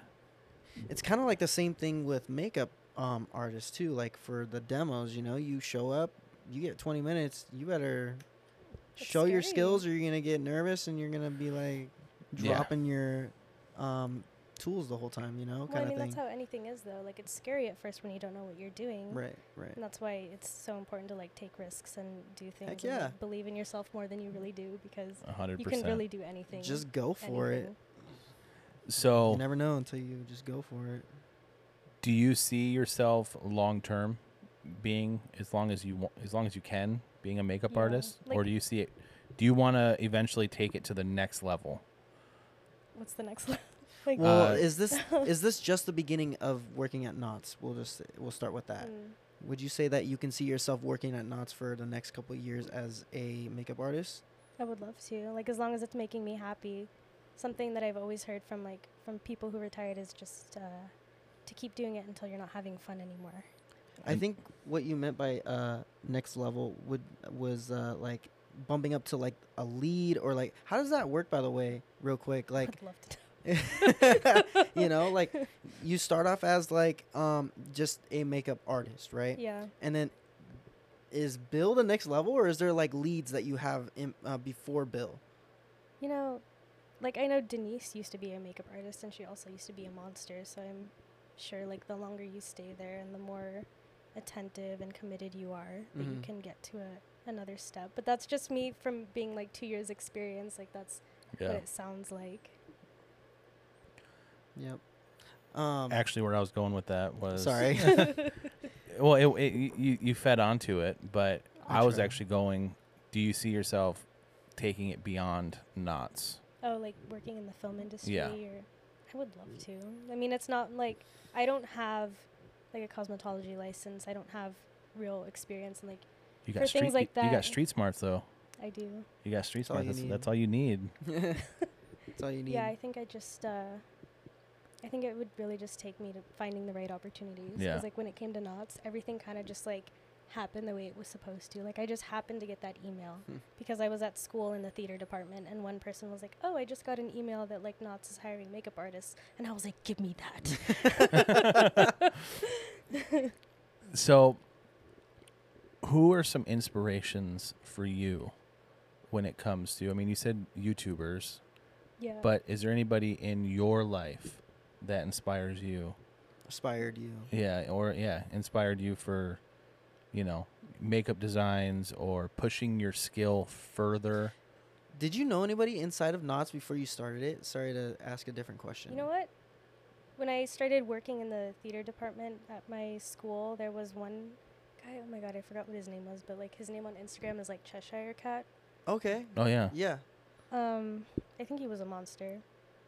C: it's kind of like the same thing with makeup um, artists too. Like for the demos, you know, you show up, you get 20 minutes. You better
B: That's
C: show your
B: scary.
C: skills, or you're gonna get nervous and you're gonna be like
D: Yeah.
C: dropping your um, tools the whole time. You know,
B: Well, I
C: kind of
B: mean, that's
C: thing.
B: how anything is though. Like it's scary at first when you don't know what you're doing.
C: Right, right.
B: And that's why it's so important to like take risks and do things. and,
C: yeah.
B: like, believe in yourself more than you really do because
D: 100%
B: you can really do anything.
C: Just go for
B: anything.
C: it.
D: so
C: You never know until you just go for it.
D: do you see yourself long term being as long as you want as long as you can being a makeup
B: Yeah,
D: artist or
B: like-
D: do you see it do you want to eventually take it to the next level
B: What's the next level? like,
C: Well,
D: Uh,
C: is this is this just the beginning of working at Knots? We'll just we'll start with that.
B: mm,
C: Would you say that you can see yourself working at Knots for the next couple of years as a makeup artist?
B: I would love to. Like as long as it's making me happy. Something that I've always heard from like from people who retired is just uh, to keep doing it until you're not having fun anymore.
C: I
D: And-
C: think what you meant by uh, next level would was uh, like bumping up to like a lead or like how does that work by the way real quick like
B: I'd love to.
C: you know like you start off as like um just a makeup artist right
B: Yeah.
C: and then is bill the next level or is there like leads that you have in, uh, before bill
B: You know, like I know Denise used to be a makeup artist and she also used to be a monster, so I'm sure like the longer you stay there and the more attentive and committed you are, that you
C: Mhm.
B: can get to a, another step. But that's just me from being like 2 years experience, like that's what it sounds like.
C: yep um
D: actually where i was going with that was
C: sorry
D: Well, it, it, y- you you fed onto it, but
C: I
D: I was
C: tried.
D: actually going. Do you see yourself taking it beyond knots?
B: Oh, like working in the film industry
D: Yeah.
B: or I would love to. I mean, it's not like I don't have like a cosmetology license. I don't have real experience and like
D: You
B: For
D: got
B: things
D: street.
B: like
D: you, you got
B: that.
D: street smarts though.
B: I do.
D: You got street
C: That's all
D: smarts.
C: you
D: That's,
C: need.
D: that's all you need.
C: that's all you need
B: Yeah, I think I just uh I think it would really just take me to finding the right opportunities.
D: Yeah.
B: Cuz like when it came to knots, everything kind of just like happened the way it was supposed to. Like I just happened to get that email
C: Hmm.
B: because I was at school in the theater department and one person was like, "Oh, I just got an email that like knots is hiring makeup artists." And I was like, "Give me that."
D: So, who are some inspirations for you when it comes to? I mean, you said YouTubers,
B: yeah.
D: but is there anybody in your life that inspires you?
C: inspired you
D: Yeah, or yeah, inspired you for, you know, makeup designs or pushing your skill further.
C: Did you know anybody inside of Knots before you started it? Sorry to ask a different question.
B: You know what? When I started working in the theater department at my school, there was one guy. Oh my god, I forgot what his name was, but like his name on Instagram is like Cheshire Cat.
C: Okay.
D: Oh yeah,
C: Yeah.
B: Um, I think he was a monster,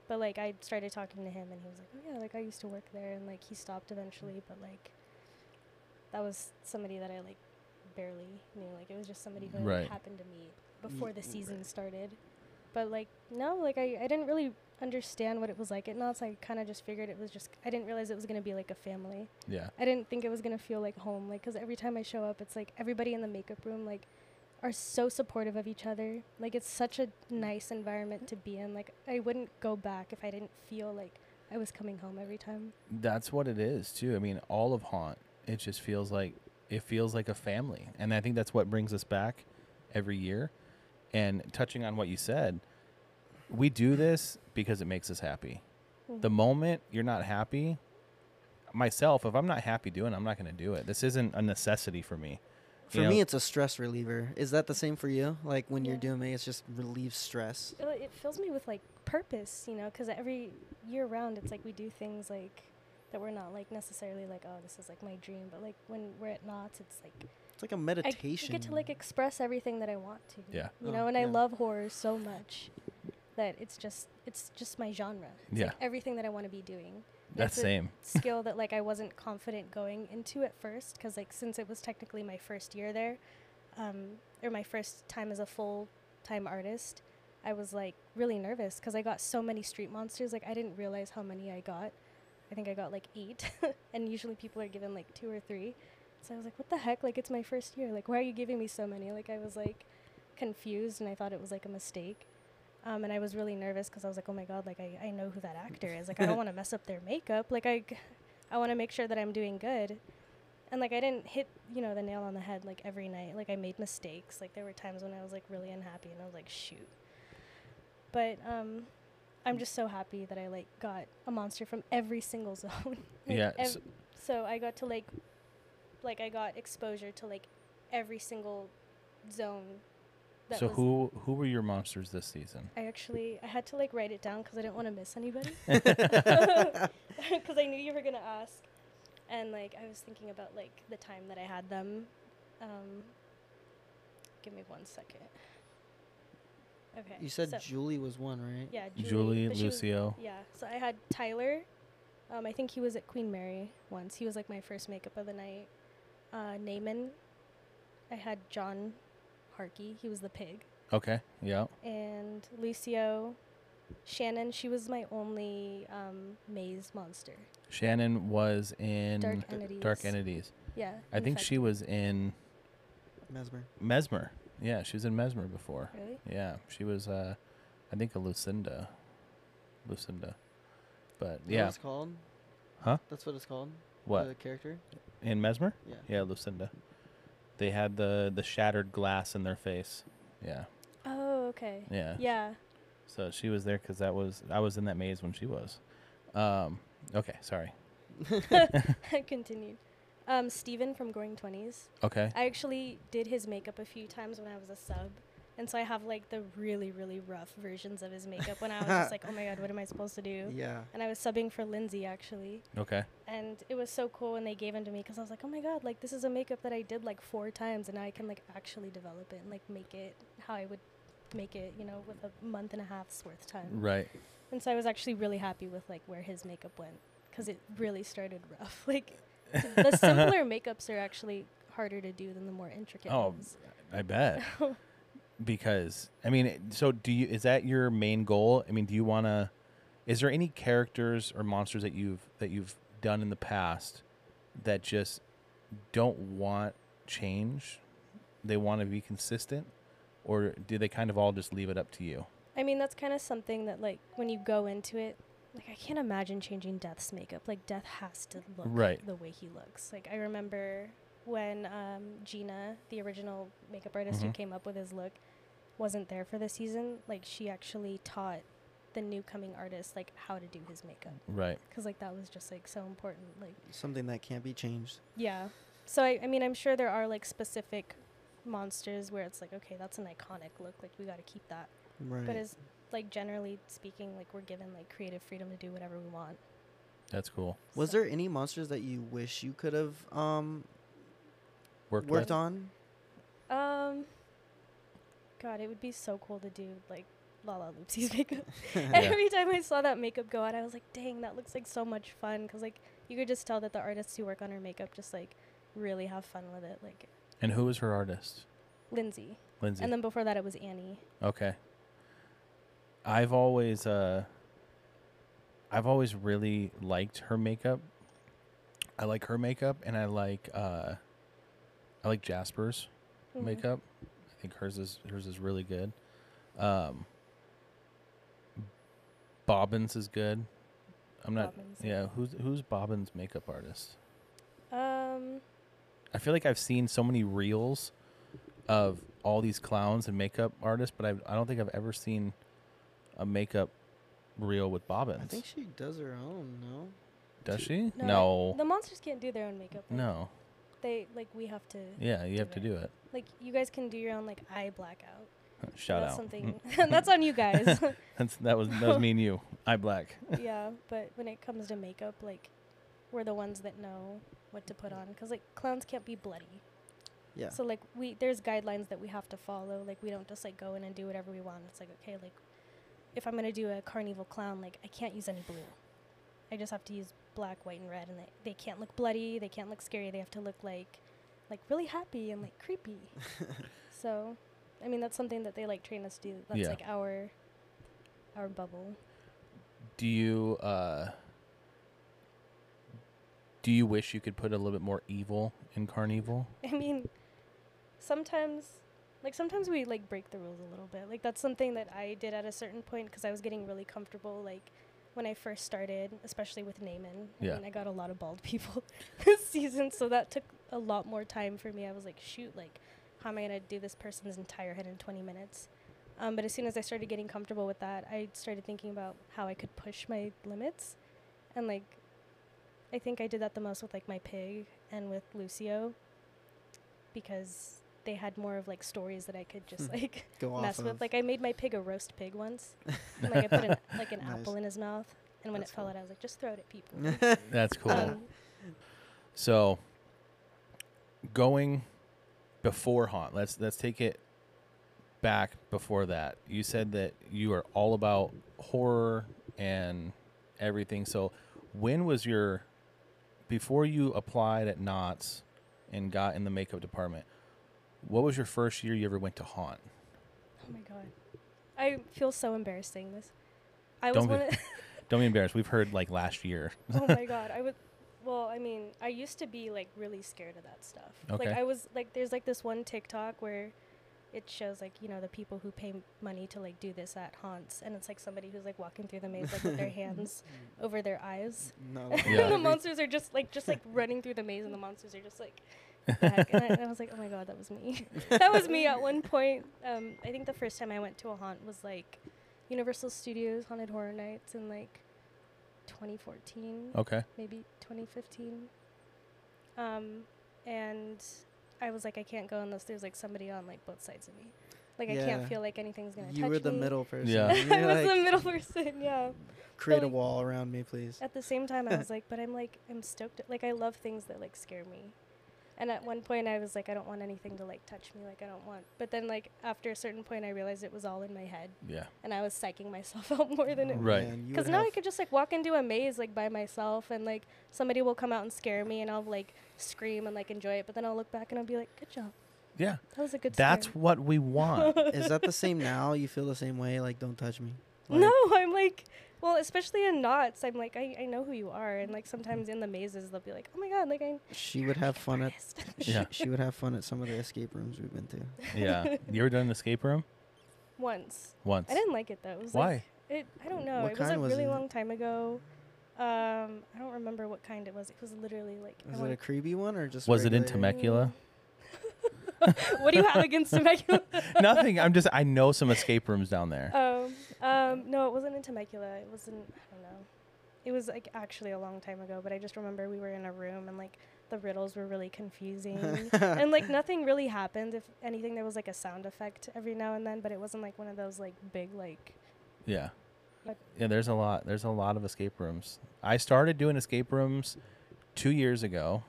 B: but like I started talking to him, and he was like, "Oh yeah, like I used to work there," and like he stopped eventually, but like that was somebody that I like barely knew. Like it was just somebody who I, like,
D: Right.
B: happened to meet before the
C: right.
B: season started. But like no, like I, I didn't really understand what it was like at Knott's. I kind of just figured it was just I didn't realize it was gonna be like a family.
D: yeah.
B: I didn't think it was gonna feel like home, like 'cause every time I show up, it's like everybody in the makeup room like are so supportive of each other. Like it's such a nice environment to be in. Like I wouldn't go back if I didn't feel like I was coming home every time.
D: That's what it is too. I mean, all of Haunt, it just feels like it feels like a family, and I think that's what brings us back every year. And touching on what you said, we do this because it makes us happy.
B: Mm-hmm.
D: The moment you're not happy, myself, if I'm not happy doing, it, I'm not going to do it. This isn't a necessity for me.
C: For
D: You know?
C: me, it's a stress reliever. Is that the same for you? Like when you're
B: Yeah.
C: doing it, it's just relieves stress.
B: Well, it fills me with like purpose, you know, because every year round, it's like we do things like that we're not like necessarily like, oh, this is like my dream, but like when we're at knots, it's like
C: It's like a
B: I
C: meditation.
B: get to like express everything that I want to.
D: Yeah.
B: you
C: Oh,
B: know, and I
C: yeah.
B: love horror so much that it's just it's just my genre. It's
D: Yeah.
B: like everything that I want to be doing.
D: That's
B: It's a
D: same.
B: skill that like I wasn't confident going into at first because like since it was technically my first year there, um, or my first time as a full time artist, I was like really nervous because I got so many street monsters. Like I didn't realize how many I got. I think I got like eight, and usually people are given like two or three. So I was like, what the heck? Like it's my first year. Like why are you giving me so many? Like I was like confused and I thought it was like a mistake. Um, and I was really nervous because I was like, oh my god, like I, I know who that actor is. Like I don't want to mess up their makeup. Like I, g- I want to make sure that I'm doing good. And like I didn't hit you know the nail on the head like every night. Like I made mistakes. Like there were times when I was like really unhappy and I was like shoot. But um, I'm just so happy that I like got a monster from every single zone. Like,
D: Yeah,
B: ev-
D: so-
B: so I got to like, like I got exposure to like every single zone. that
D: So
B: was-
D: who who were your monsters this season?
B: I actually I had to like write it down because I didn't want to miss anybody because I knew you were gonna ask, and like I was thinking about like the time that I had them. Um, give me one second. Okay.
C: you said
B: so-
C: Julie was one, right?
B: yeah,
D: Julie,
B: but she was-
D: Lucio.
B: yeah, so I had Tyler. Um, I think he was at Queen Mary once. He was like my first makeup of the night. Uh, Naaman. I had John Harkey. He was the pig
D: Okay. Yeah.
B: and Lucio, Shannon. She was my only um, maze monster.
D: Shannon was in
B: Dark
D: D-
B: Entities.
D: Dark Entities.
B: Yeah.
D: I think she
B: infected.
D: was in
C: Mesmer.
D: Mesmer. Yeah, she was in Mesmer before.
B: Really?
D: Yeah, she was. Uh, I think a Lucinda. Lucinda. But
C: That's
D: yeah,
C: what it's called.
D: Huh?
C: That's what it's called.
D: what
C: The character.
D: in Mesmer?
C: Yeah.
D: Yeah, Lucinda. They had the the shattered glass in their face. Yeah,
B: Oh, okay.
D: yeah.
B: Yeah.
D: So she was there because that was I was in that maze when she was. Um, okay, sorry.
B: I continued. Um, Steven from Going Twenties.
D: Okay.
B: I actually did his makeup a few times when I was a sub. And so I have like the really, really rough versions of his makeup when I was just like, oh my God, what am I supposed to do?
C: Yeah.
B: And I was subbing for Lindsay actually.
D: Okay.
B: and it was so cool when they gave them to me because I was like, oh my god, like this is a makeup that I did like four times, and now I can like actually develop it and like make it how I would make it, you know, with a month and a half's worth time.
D: Right.
B: And so I was actually really happy with like where his makeup went because it really started rough. Like the simpler makeups are actually harder to do than the more intricate.
D: Oh,
B: ones.
D: I bet. because I mean, it- so do you? Is that your main goal? I mean, do you want to? Is there any characters or monsters that you've that you've done in the past that just don't want change? They want to be consistent, or do they kind of all just leave it up to you?
B: I mean, that's kind of something that like when you go into it. Like I can't imagine changing Death's makeup. Like Death has to look
D: Right.
B: the way he looks. Like I remember when um, Gina, the original makeup artist who
D: Mhm.
B: came up with his look, wasn't there for the season. Like she actually taught the new coming artist like how to do his makeup
D: Right.
B: because like that was just like so important. Like
C: Something that can't be changed.
B: yeah. So I, I mean, I'm sure there are like specific monsters where it's like okay, that's an iconic look. Like we got to keep that.
C: Right.
B: But as like generally speaking, like we're given like creative freedom to do whatever we want.
D: That's cool.
C: was
B: So-
C: there any monsters that you wish you could have um
D: Worked,
C: worked
D: with-
C: on?
B: Um, God, it would be so cool to do like La La Loopsy's makeup.
D: Yeah.
B: Every time I saw that makeup go out, I was like, dang, that looks like so much fun. Because like you could just tell that the artists who work on her makeup just like really have fun with it. Like
D: And who was her artist?
B: Lindsay,
D: Lindsay.
B: and then before that it was Annie.
D: Okay. I've always uh I've always really liked her makeup. I like her makeup and I like uh I like Jasper's
B: Mhm.
D: makeup. I think hers is hers is really good. Um Bobbins is good. I'm not
B: Bobbins.
D: Yeah, who's who's Bobbins makeup artist?
B: Um,
D: I I feel like I've seen so many reels of all these clowns and makeup artists, but I, I don't think I've ever seen a makeup reel with bobbins.
C: I think she does her own. No.
D: Does she?
B: No, The monsters can't do their own makeup. like,
D: No.
B: They like we have to.
D: Yeah, you have to do it.
B: Like you guys can do your own like eye blackout.
D: Shout
B: that's
D: out. Mm.
B: something that's on you guys.
D: That's that was that was me and you. I black.
B: yeah, but when it comes to makeup, like we're the ones that know what to put on because like clowns can't be bloody.
C: Yeah.
B: So like we there's guidelines that we have to follow. Like we don't just like go in and do whatever we want. It's like okay, like if I'm gonna do a carnival clown, like I can't use any blue. I just have to use black, white, and red, and they, they can't look bloody. They can't look scary. They have to look like like really happy and like creepy. so, I mean that's something that they like train us to do. That's
D: Yeah.
B: like our our bubble.
D: Do you uh do you wish you could put a little bit more evil in Carnival?
B: I mean, sometimes, like sometimes we like break the rules a little bit. Like that's something that I did at a certain point because I was getting really comfortable. Like when I first started, especially with Naaman. I
D: Yeah.
B: mean, I got a lot of bald people this season, so that took a lot more time for me. I was like, shoot, like how am I gonna do this person's entire head in 20 minutes? Um, but as soon as I started getting comfortable with that, I started thinking about how I could push my limits, and like. I think I did that the most with like my pig and with Lucio because they had more of like stories that I could just like
C: Go off.
B: mess
C: of.
B: with. Like I made my pig a roast pig once. And, like I put an, like an
C: Nice.
B: apple in his mouth, and when
C: That's
B: it fell
C: cool.
B: out, I was like, just throw it at people.
D: That's cool.
B: Um,
D: So going before haunt, let's let's take it back before that. You said that you are all about horror and everything. So when was your before you applied at Knott's and got in the makeup department, what was your first year you ever went to haunt?
B: oh my god, I feel so embarrassed saying this. I was
D: Don't
B: one.
D: be-
B: Of,
D: Don't be embarrassed. We've heard like last year.
B: oh my god, I would. Well, I mean, I used to be like really scared of that stuff.
D: Okay.
B: Like I was like, there's like this one TikTok where it shows like you know the people who pay m- money to like do this at haunts, and it's like somebody who's like walking through the maze like with their hands over their eyes.
C: no.
D: Yeah.
B: and the monsters are just like just like running through the maze, and the monsters are just like. back. and, I, and I was like, oh my god, that was me. that was me at one point. Um, I think the first time I went to a haunt was like Universal Studios Haunted Horror Nights in like 2014
D: Okay.
B: maybe 2015. Um, and I was like, I can't go unless there's like somebody on like both sides of me. Like I
C: Yeah.
B: can't feel like anything's gonna
C: You
B: touch
C: were the
B: me.
C: middle person.
D: Yeah.
C: You
B: I was
C: like,
B: the middle person. Yeah.
C: create a
B: like-
C: wall around me, please.
B: At the same time, I was like, but I'm like, I'm stoked. Like I love things that like scare me. And at one point, I was like, I don't want anything to like touch me. Like I don't want. But then like after a certain point, I realized it was all in my head,
D: Yeah.
B: and I was psyching myself out more than it
D: Right.
C: Man, you
B: Because
C: would
B: now I
C: have-
B: could just like walk into a maze like by myself and like somebody will come out and scare me and I'll like scream and like enjoy it. But then I'll look back and I'll be like, good job.
D: Yeah.
B: That was a good
D: That's
B: scare."
D: what we want.
C: Is that the same now? You feel the same way? Like, don't touch me. Like,
B: no, I'm like, well, especially in knots, I'm like, I, I know who you are. And like sometimes in the mazes, they'll be like, oh my God, like I.
C: She would have fun at. She,
D: Yeah.
C: she would have fun at some of the escape rooms we've been to.
D: yeah. You ever done an escape room?
B: Once.
D: Once.
B: I didn't like it though. It was
D: Why?
B: Like, it, I don't know.
C: What
B: it was a
C: kind was
B: really
C: it?
B: long time ago. Um, I don't remember what kind it was. It was literally like. I
C: Was it
B: wanna-
C: a creepy one or just?
D: was it in
C: regular?
D: Temecula?
B: what do you have against Temecula?
D: Nothing. I'm just. I know some escape rooms down there.
B: um, um, no, it wasn't in Temecula. It wasn't. I don't know. It was like actually a long time ago, but I just remember we were in a room and like the riddles were really confusing, and like nothing really happened. If anything, there was like a sound effect every now and then, but it wasn't like one of those like big like.
D: yeah.
B: But-
D: Yeah. There's a lot. There's a lot of escape rooms. I started doing escape rooms two years ago,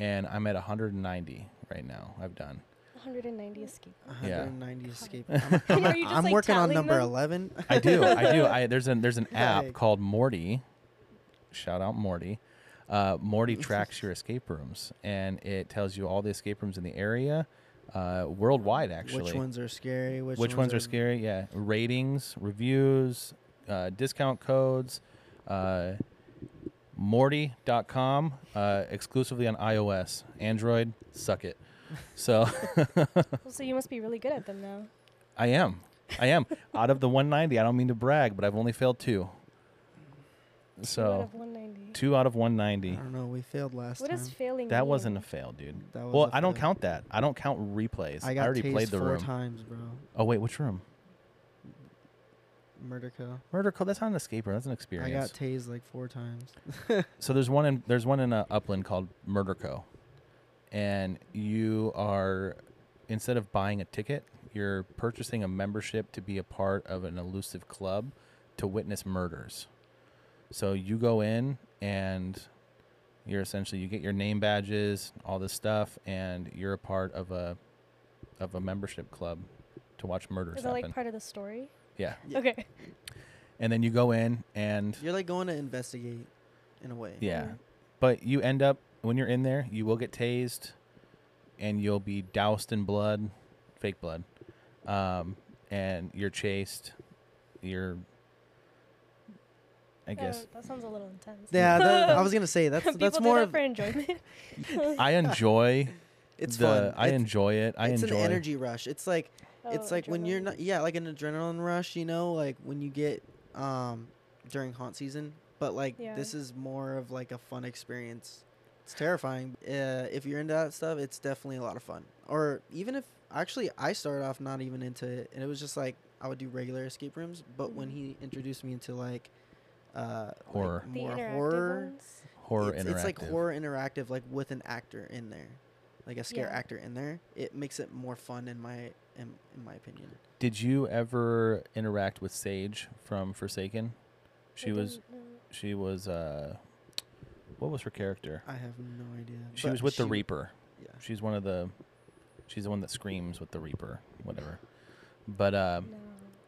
D: and I'm at 190 right now. I've done.
B: 190 escape.
C: 190 escape.
B: Are
C: I'm, I'm,
B: you just,
C: I'm
B: like,
C: working on
B: tallying
C: number
B: them?
C: 11.
D: I do. I do. I there's an there's an app
C: Like-
D: called Morty. Shout out Morty. Uh, Morty tracks your escape rooms, and it tells you all the escape rooms in the area, uh, worldwide actually.
C: Which ones are scary? Which,
D: Which ones are scary? Yeah, ratings, reviews, uh, discount codes. Uh, Morty.com, uh, exclusively on iOS. Android, suck it. So
B: So you must be really good at them now.
D: I am, I am. Out of the 190, I don't mean to brag, but I've only failed two.
B: Out
D: So
B: of 190.
D: two out of 190.
C: I don't know. We failed last
B: What
C: time.
B: is failing?
D: That
B: mean?
D: wasn't a fail, dude.
C: That was
D: Well,
C: a
D: I don't
C: fail.
D: count that. I don't count replays.
C: I got
D: already
C: tased
D: played the
C: four
D: room.
C: times, bro.
D: Oh wait, which room?
C: Murder co.
D: Murder Code. That's not an escape room. That's an
C: I
D: experience.
C: got tased like four times.
D: So there's one in there's one in uh, Upland called Murderco, and you are instead of buying a ticket, you're purchasing a membership to be a part of an elusive club to witness murders. So you go in and you're essentially you get your name badges, all this stuff, and you're a part of a of a membership club to watch murders
B: Is that
D: happen.
B: like part of the story?
D: yeah,
C: Yeah.
B: Okay.
D: and then you go in and
C: You're like going to investigate, in a way.
D: Yeah.
B: Yeah.
D: But you end up when you're in there, you will get tased and you'll be doused in blood, fake blood. Um, and you're chased. You're I guess
B: Oh, that sounds a little intense.
C: Yeah, that, I was gonna say that's
B: People
C: that's
B: do
C: more.
B: that
C: of-
B: for enjoyment.
D: I enjoy
C: It's
D: the
C: fun.
D: I
C: it's,
D: enjoy it. I
C: it's
D: enjoy
C: an energy rush. It's like it's
B: Oh,
C: like when you're
B: adrenaline.
C: not yeah like an adrenaline rush you know like when you get um during haunt season but like
B: Yeah.
C: this is more of like a fun experience it's terrifying uh, if you're into that stuff it's definitely a lot of fun or even if actually i started off not even into it and it was just like i would do regular escape rooms but when
B: Mhm.
C: he introduced me into like uh like,
D: Horror.
B: the
C: more
B: interactive
C: horror
B: ones.
D: horror
C: it's,
D: interactive.
C: it's like horror interactive, like with an actor in there, like a scare
B: Yeah.
C: actor in there. It makes it more fun in my in, in my opinion.
D: Did you ever interact with Sage from Forsaken? She
B: I
D: was
B: don't know.
D: she was uh what was her character?
C: I have no idea.
D: She
C: but
D: was with the
C: she-
D: Reaper.
C: Yeah.
D: She's one of the she's the one that screams with the Reaper, whatever. But uh,
B: No.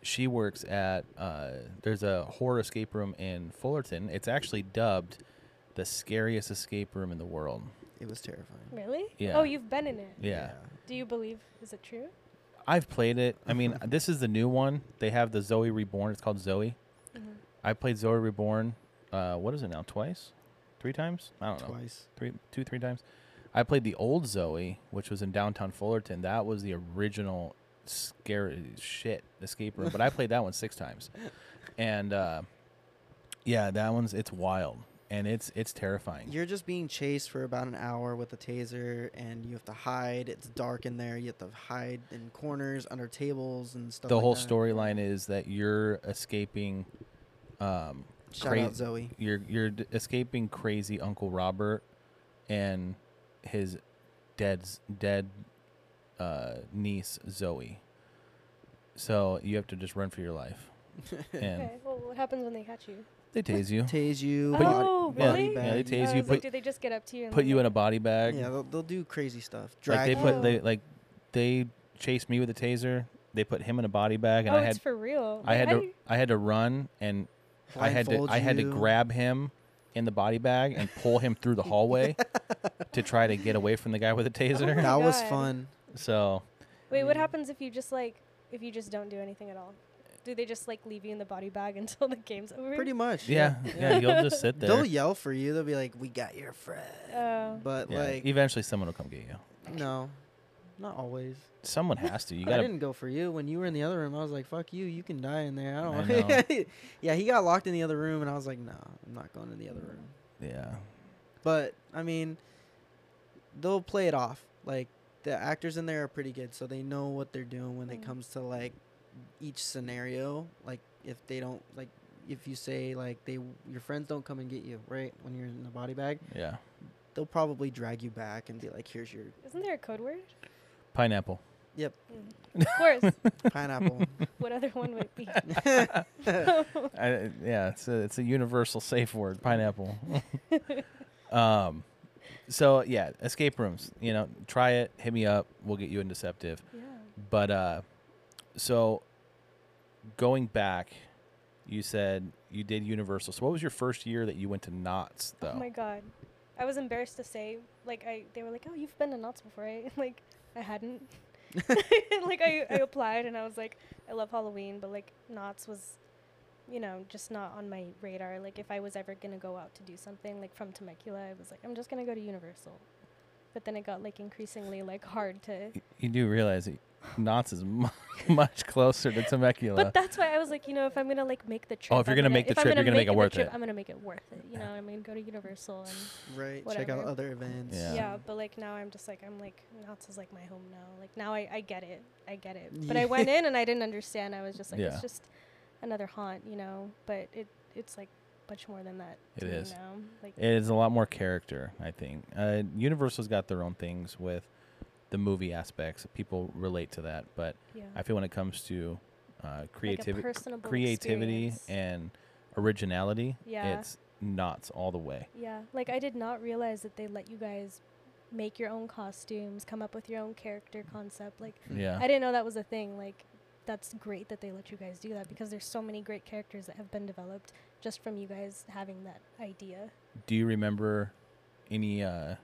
D: she works at uh, there's a horror escape room in Fullerton. It's actually dubbed the scariest escape room in the world.
C: It was terrifying.
B: Really?
D: Yeah.
B: Oh, you've been in it.
D: Yeah.
B: Do you believe? Is it true?
D: I've played it. I mean, this is the new one. They have the Zoe Reborn. It's called Zoe.
B: Mm-hmm.
D: I played Zoe Reborn. Uh, what is it now? Twice, three times? I don't know.
C: Twice.
D: three, two, three times. I played the old Zoe, which was in downtown Fullerton. That was the original scary shit escape room, but I played that one six times, and uh, yeah, that one's it's wild and it's it's terrifying.
C: You're just being chased for about an hour with a taser, and you have to hide. It's dark in there. You have to hide in corners, under tables, and stuff.
D: the
C: like
D: whole
C: that.
D: storyline is that you're escaping, um,
C: Shout
D: cra-
C: out Zoe.
D: you're you're d- escaping crazy Uncle Robert and his dead s- dead uh, niece Zoe. So you have to just run for your life, and
B: Okay. Well, what happens when they catch you?
D: they tase you,
C: Tase you.
B: Oh,
C: body, body
B: really?
D: Yeah, they
C: bag
D: tase
C: you.
B: I
D: you,
B: was Oh, like,
D: put-
B: do they just get up to you and
D: put
B: then,
D: you in a
B: like-
D: body bag.
C: Yeah, they'll, they'll do crazy stuff.
D: like
C: Drag
D: they
C: you.
D: put they
B: Oh.
D: like they chased me with a taser. They put him in a body bag, and
B: oh,
D: I had
B: it's for real.
D: I had
B: How
D: to
B: do you-
D: I had to run and I had to
C: Blindfold
D: I had to
C: you.
D: grab him in the body bag and pull him through the hallway to try to get away from the guy with the taser.
B: my
C: That was
B: God.
C: fun.
D: So
B: Wait, what
C: mean-
B: happens if you just like if you just don't do anything at all? Do they just like leave you in the body bag until the game's over?
C: Pretty much.
D: yeah, yeah, you'll just sit there.
C: They'll yell for you. They'll be like, "We got your friend,"
B: Oh.
C: but
D: Yeah,
C: like,
D: eventually someone will come get you.
C: no, not always.
D: Someone has to. You
C: I
D: gotta.
C: didn't go for you when you were in the other room. I was like, "Fuck you, you can die in there." I
D: I
C: don't. know. yeah, he got locked in the other room, and I was like, "No, I'm not going to the other room."
D: Yeah.
C: But I mean, they'll play it off. Like the actors in there are pretty good, so they know what they're doing when it
B: Mm.
C: comes to like each scenario. Like if they don't like. If you say like they your friends don't come and get you right when you're in the body bag,
D: Yeah.
C: they'll probably drag you back and be like, "Here's your
B: Isn't there a code word?
D: Pineapple.
B: Mm. Of course.
C: pineapple."
B: what other one would it be?
D: I, yeah, it's a, it's a universal safe word, pineapple. um, so yeah, escape rooms. You know, try it. Hit me up. We'll get you in deceptive.
B: Yeah.
D: But uh, so going back, you said you did Universal. So what was your first year that you went to Knott's though?
B: Oh my god. I was embarrassed to say like I they were like, "Oh, you've been to Knott's before." Right? Like I hadn't. like I, I applied and I was like, "I love Halloween, but like Knott's was you know, just not on my radar. Like if I was ever going to go out to do something like from Temecula, I was like, "I'm just going to go to Universal." but then it got like increasingly like hard to.
D: You do realize that Knott's is mu- much closer to Temecula. Oh,
B: But that's why I was like, you know, if I'm gonna like make the trip.
D: if you're
B: I'm
D: gonna make the
B: if
D: trip,
B: I'm
D: you're gonna make it
B: the
D: worth
B: trip,
D: it.
B: I'm gonna make it worth it. You know, I'm gonna go to Universal and
C: Right. Check out
B: Whatever.
C: other events.
D: Yeah.
B: yeah. But like now, I'm just like I'm like Knott's is like my home now. Like now, I I get it. I get it. But I went in and I didn't understand. I was just like,
D: Yeah.
B: it's just another haunt, you know. But it it's like much more than that.
D: It
B: to me
D: is.
B: Now. Like
D: it is a lot more character, I think. Uh, Universal's got their own things with the movie aspects. People relate to that, but
B: yeah.
D: I feel when it comes to uh, creativity,
B: personable
D: creativity
B: experience.
D: and originality,
B: Yeah.
D: it's Knott's all the way.
B: Yeah, like I did not realize that they let you guys make your own costumes, come up with your own character concept. Like
D: Yeah,
B: I didn't know that was a thing. Like that's great that they let you guys do that because there's so many great characters that have been developed just from you guys having that idea.
D: Do you remember any uh,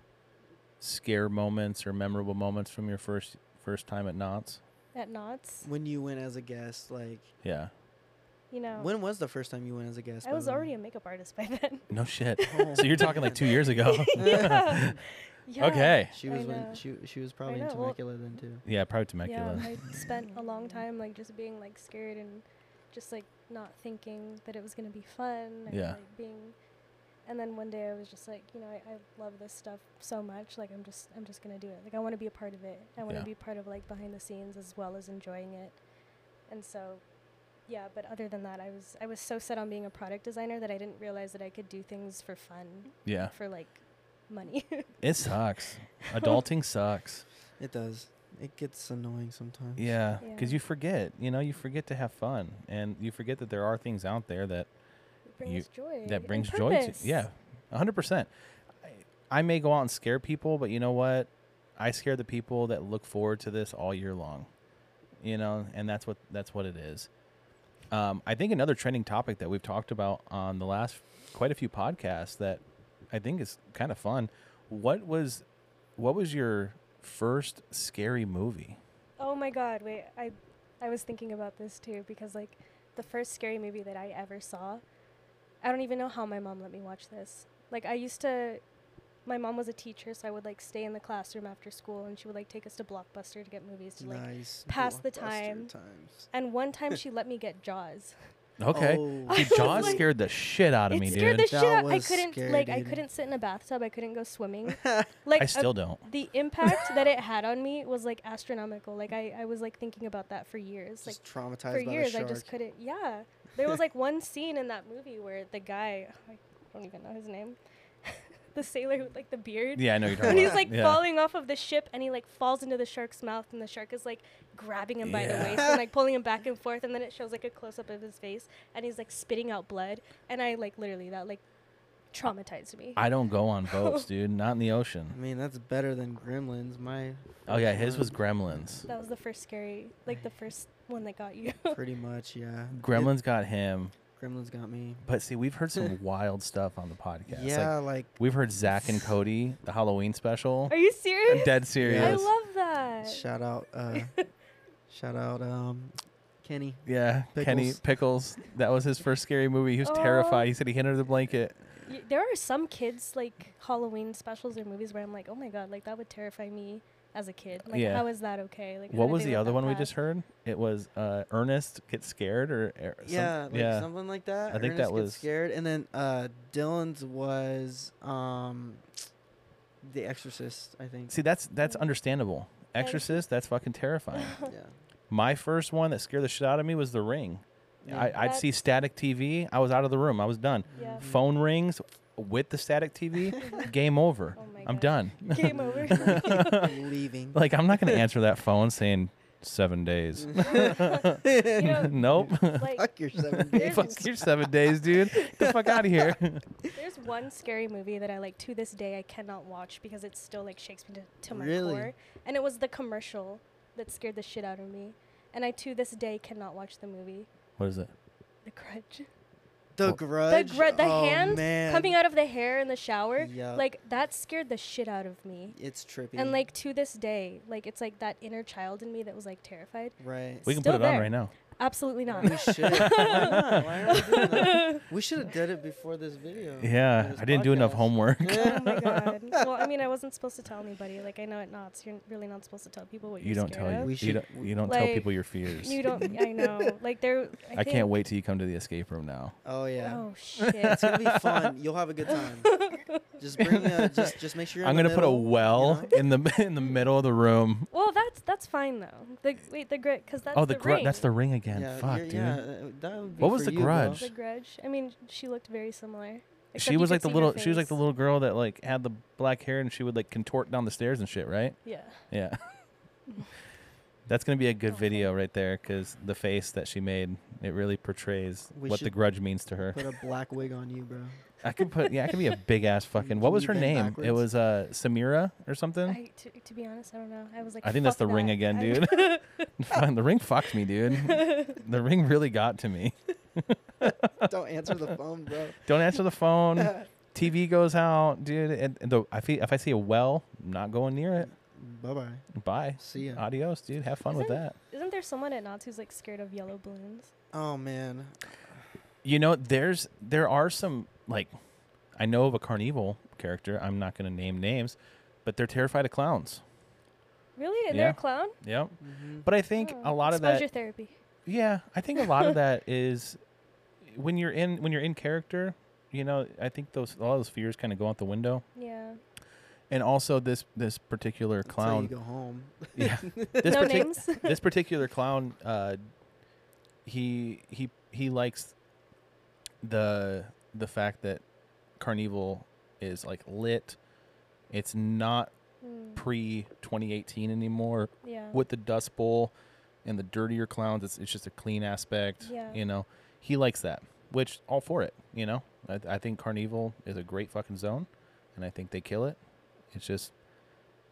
D: scare moments or memorable moments from your first first time at Knott's?
B: At Knots,
C: When you went as a guest, like
D: Yeah.
B: you know,
C: when was the first time you went as a guest?
B: I
C: by
B: was
C: the way?
B: already a makeup artist by then.
D: No shit.
C: Oh,
D: so you're talking like two years ago.
B: yeah. Yeah.
D: Okay.
C: She
B: I
C: was when
B: know.
C: she she was probably in
B: know, well-
C: Temecula then too.
D: Yeah, probably
B: Yeah,
D: Temecula.
B: I spent a long time like just being like scared and just like not thinking that it was gonna be fun. And,
D: Yeah.
B: Like, being, and then one day I was just like, you know, I, I love this stuff so much. Like I'm just I'm just gonna do it. Like I want to be a part of it. I want to
D: Yeah.
B: be part of like behind the scenes as well as enjoying it. And so, yeah. But other than that, I was I was so set on being a product designer that I didn't realize that I could do things for fun,
D: Yeah.
B: for like money.
D: It sucks. Adulting sucks.
C: It does. It gets annoying sometimes.
D: Yeah. Because
B: Yeah.
D: you forget, you know, you forget to have fun and you forget that there are things out there that,
B: it brings joy.
D: that
B: and
D: brings joy to
B: purpose.
D: Yeah. 100%. I, I may go out and scare people, but you know what? I scare the people that look forward to this all year long. You know, and that's what that's what it is. Um, I think another trending topic that we've talked about on the last quite a few podcasts that I think is kind of fun. What was what was your first scary movie?
B: Oh my god, wait. I I was thinking about this too because like the first scary movie that I ever saw, I don't even know how my mom let me watch this. Like I used to my mom was a teacher, so I would like stay in the classroom after school and she would like take us to Blockbuster to get movies to like
C: nice.
B: pass the
C: blockbuster
B: time.
C: Times.
B: and one time she let me get Jaws.
D: Okay.
C: Oh.
D: Dude,
B: I
D: Jaws
B: was like-
D: scared the shit out of
B: It
D: me,
B: scared
D: dude.
B: the shit
C: That
B: out. I
C: was
B: couldn't
C: scary,
B: like I
C: dude.
B: couldn't sit in a bathtub. I couldn't go swimming. like
D: I
B: a-
D: still don't.
B: the impact that it had on me was like astronomical. Like I, I was like thinking about that for years. Like
C: Just traumatized
B: for
C: by the
B: years i
C: shark.
B: just couldn't yeah there was like one scene in that movie where the guy i don't even know his name the sailor with like the beard
D: Yeah, I know you're talking
B: and
D: about.
B: he's like
D: yeah.
B: falling off of the ship and he like falls into the shark's mouth and the shark is like grabbing him by the
D: Yeah.
B: waist and like pulling him back and forth and then it shows like a close up of his face and he's like spitting out blood and i like literally that like traumatized me
D: I don't go on boats, dude. Not in the
C: I
D: ocean.
C: mean, that's better than Gremlins. My
D: Oh yeah, his was Gremlins.
B: that was the first scary like the first one that got you
C: pretty much yeah. It-
D: Gremlins got him.
C: Gremlins got me.
D: But see, we've heard some wild stuff on the podcast.
C: yeah,
D: Like,
C: like,
D: we've heard Zach and Cody, the Halloween special.
B: are you serious
D: I'm dead serious.
B: i
C: Yes.
B: love that
C: shout out, uh, shout out, um, Kenny.
D: yeah, Kenny
C: Pickles.
D: Pickles. That was his first scary movie. He was terrified. He said he hid under the blanket.
B: Y- there are some kids like Halloween specials or movies where I'm like, oh my god, like that would terrify me as a kid. Like,
D: Yeah.
B: how is that okay? Like, how
D: What
B: did
D: was
B: they
D: the
B: let
D: other
B: that
D: one we
B: pass?
D: just heard? It was uh, Ernest gets scared or, or some-
C: yeah, like
D: yeah.
C: something like that.
D: I think
C: Ernest
D: that
C: gets
D: was-
C: scared. And then uh, Dylan's was um, The Exorcist. I think.
D: See, that's that's understandable.
B: And-
D: Exorcist, that's fucking terrifying.
C: yeah.
D: My first one that scared the shit out of me was The Ring.
C: Yeah.
D: I, I'd see static TV. I was out of the room. I was done.
B: Yeah.
D: Phone rings with the static TV. game over.
B: Oh my
D: I'm
B: God.
D: done.
B: Game over.
C: leaving.
D: Like I'm not gonna answer that phone saying seven days.
B: you know,
D: nope.
B: like
C: Fuck your seven
B: There's-
C: days.
D: Fuck your seven days, dude. Get the fuck out of here.
B: there's one scary movie that I like to this day I cannot watch because it still like shakes me to, to my
C: Really?
B: core. And it was the commercial that scared the shit out of me. And I to this day cannot watch the movie.
D: what is it?
B: The Grudge.
C: The
D: Well-
C: grudge.
B: The grudge. The
C: oh,
B: hand
C: man.
B: coming out of the hair in the shower.
C: Yup.
B: Like that scared the shit out of me.
C: It's trippy.
B: And like to this day, like it's like that inner child in me that was like terrified.
C: right.
D: We can
B: Still
D: put it on
B: there.
D: right now.
B: Absolutely not.
C: We should. Why not? Why are we doing that? We should have did it before this video.
D: Yeah,
C: or this
D: I didn't do enough
C: podcast.
D: homework.
B: oh my god. Well, I mean, I wasn't supposed to tell anybody. Like, I know at knots, you're really not supposed to tell people what
D: You
B: you're
D: don't
B: scared
D: tell
B: of.
D: you,
C: We
D: you
C: should-
D: don't, you don't tell
B: Like,
D: people your fears.
B: You don't. I know. Like, there. I,
D: I can't
B: think-
D: wait till you come to the escape room now.
C: Oh yeah.
B: Oh shit.
C: It's gonna be fun. You'll have a good time. Just bring a, just just make sure you're
D: I'm
C: in
D: gonna
C: the
D: put a
C: middle, you
D: well
C: know?
D: in the in the middle of the room.
B: well, that's that's fine though. The wait, the grudge, because that's
D: oh, the,
B: the
D: grudge. That's the
B: ring.
D: ring again.
C: Yeah,
D: Fuck,
C: you're-
D: dude.
C: yeah, uh, that would be
D: What was
C: for
D: the
C: you, bro.
D: grudge?
B: the grudge. I mean, she looked very similar. except
D: She
B: you
D: was
B: could
D: like the
B: see her
D: little. She was like the
B: face.
D: little girl that like had the black hair and she would like contort down the stairs and shit, right?
B: Yeah.
D: Yeah. That's gonna be a good
B: Okay.
D: video right there because the face that she made it really portrays
C: We
D: what the
C: should
D: grudge means to her.
C: Put a black wig on you, bro.
D: I could put yeah, I could be a big ass fucking. What
C: Can
D: was
C: you
D: her
C: bend
D: name? It
C: backwards?
D: was uh Samira or something.
B: I, to, to be honest, I don't know. I was like.
D: I think that's
B: "Fuck
D: the ring
B: that."
D: again,
B: I-
D: dude. Fine, the ring fucked me, dude. the ring really got to me.
C: Don't answer the phone, bro.
D: Don't answer the phone. TV goes out, dude. And, and the, I feel, if I see a well, I'm not going near it.
C: Bye bye.
D: Bye.
C: See ya.
D: Adios, dude. Have fun with
B: Isn't-
D: that.
B: Isn't there someone at knots who's like scared of yellow balloons?
C: Oh man.
D: You know, there's there are some like I know of a carnival character. I'm not going to name names, but they're terrified of clowns.
B: Really? And
D: Yeah.
B: they're a clown?
D: Yep.
C: Mhm.
D: But I think
B: Oh.
D: a lot of that
B: Exposure therapy.
D: Yeah, I think a lot of that is when you're in when you're in character. You know, I think those all those fears kind of go out the window.
B: Yeah.
D: And also this this particular
C: That's how
D: clown,
C: you go home.
D: yeah, this,
B: no
D: partic-
B: names.
D: this particular clown, uh, he he he likes the the fact that Carnival is like lit. It's not
B: Mm,
D: pre 2018 anymore
B: yeah.
D: with the Dust Bowl and the dirtier clowns, it's, it's just a clean aspect.
B: Yeah.
D: You know, he likes that, which all for it. You know, I, I think Carnival is a great fucking zone, and I think they kill it. It's just,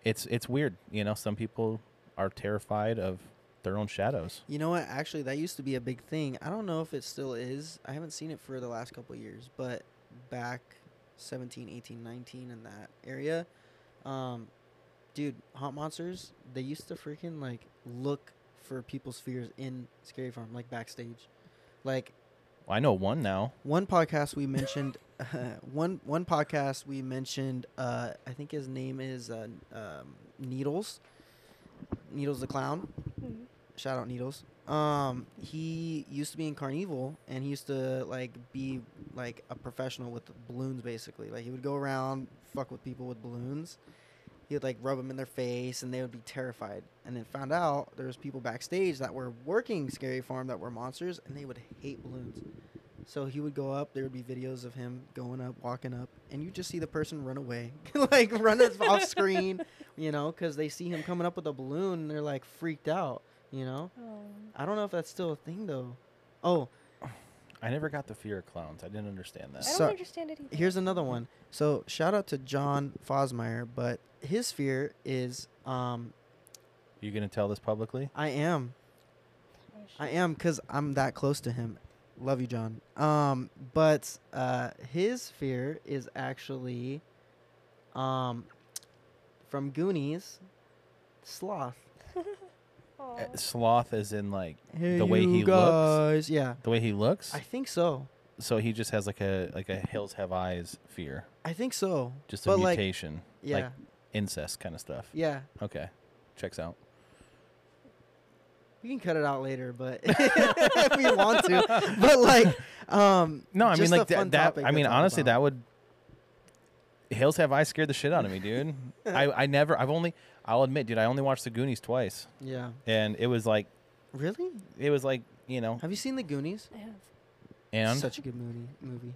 D: it's it's weird. You know, some people are terrified of their own shadows.
C: You know what? Actually, that used to be a big thing. I don't know if it still is. I haven't seen it for the last couple years, but back 17, 18, 19 in that area, um, dude, haunt monsters, they used to freaking like look for people's fears in Scary Farm, like backstage. Like
D: I know one now.
C: one podcast we mentioned, one one podcast we mentioned, uh, I think his name is uh, um, Needles, Needles the clown
B: Mm.
C: shout out needles um he used to be in carnival and he used to like be like a professional with balloons basically like he would go around fuck with people with balloons he would like rub them in their face and they would be terrified and then found out there was people backstage that were working scary farm that were monsters and they would hate balloons so he would go up there would be videos of him going up walking up and you just see the person run away like run off screen you know because they see him coming up with a balloon and they're like freaked out you know
B: Oh.
C: I don't know if that's still a thing though. Oh,
D: I never got the fear of clowns. I didn't understand
B: I
D: that.
B: don't
C: So-
B: understand it either.
C: here's another one. So shout out to John Fosmeyer, but his fear is um
D: You gonna tell this publicly?
C: I am.
B: Oh, shit.
C: I am cuz I'm that close to him. Love you, John. Um but uh his fear is actually um from Goonies sloth.
B: Aw.
D: Uh, Sloth is in like
C: Hey,
D: The way
C: you
D: he looks?
C: guys. Yeah.
D: the way he looks.
C: I think so.
D: so he just has like a like a hills have eyes fear,
C: I think so.
D: just a
C: but like
D: mutation,
C: yeah.
D: incest kind of stuff.
C: yeah.
D: Okay. Checks out.
C: We can cut it out later, but if we want to. But like, um,
D: No, I mean
C: just a
D: like
C: fun
D: that, that
C: topic
D: I
C: to
D: mean
C: talk
D: honestly
C: about.
D: that would Hills Have Eyes scared the shit out of me, dude. I, I never I've only I'll admit, dude, I only watched the Goonies twice.
C: Yeah.
D: And it was like
C: Really?
D: it was like, you know,
C: Have you seen the Goonies?
B: I have.
D: and
C: Such a good movie. Movie.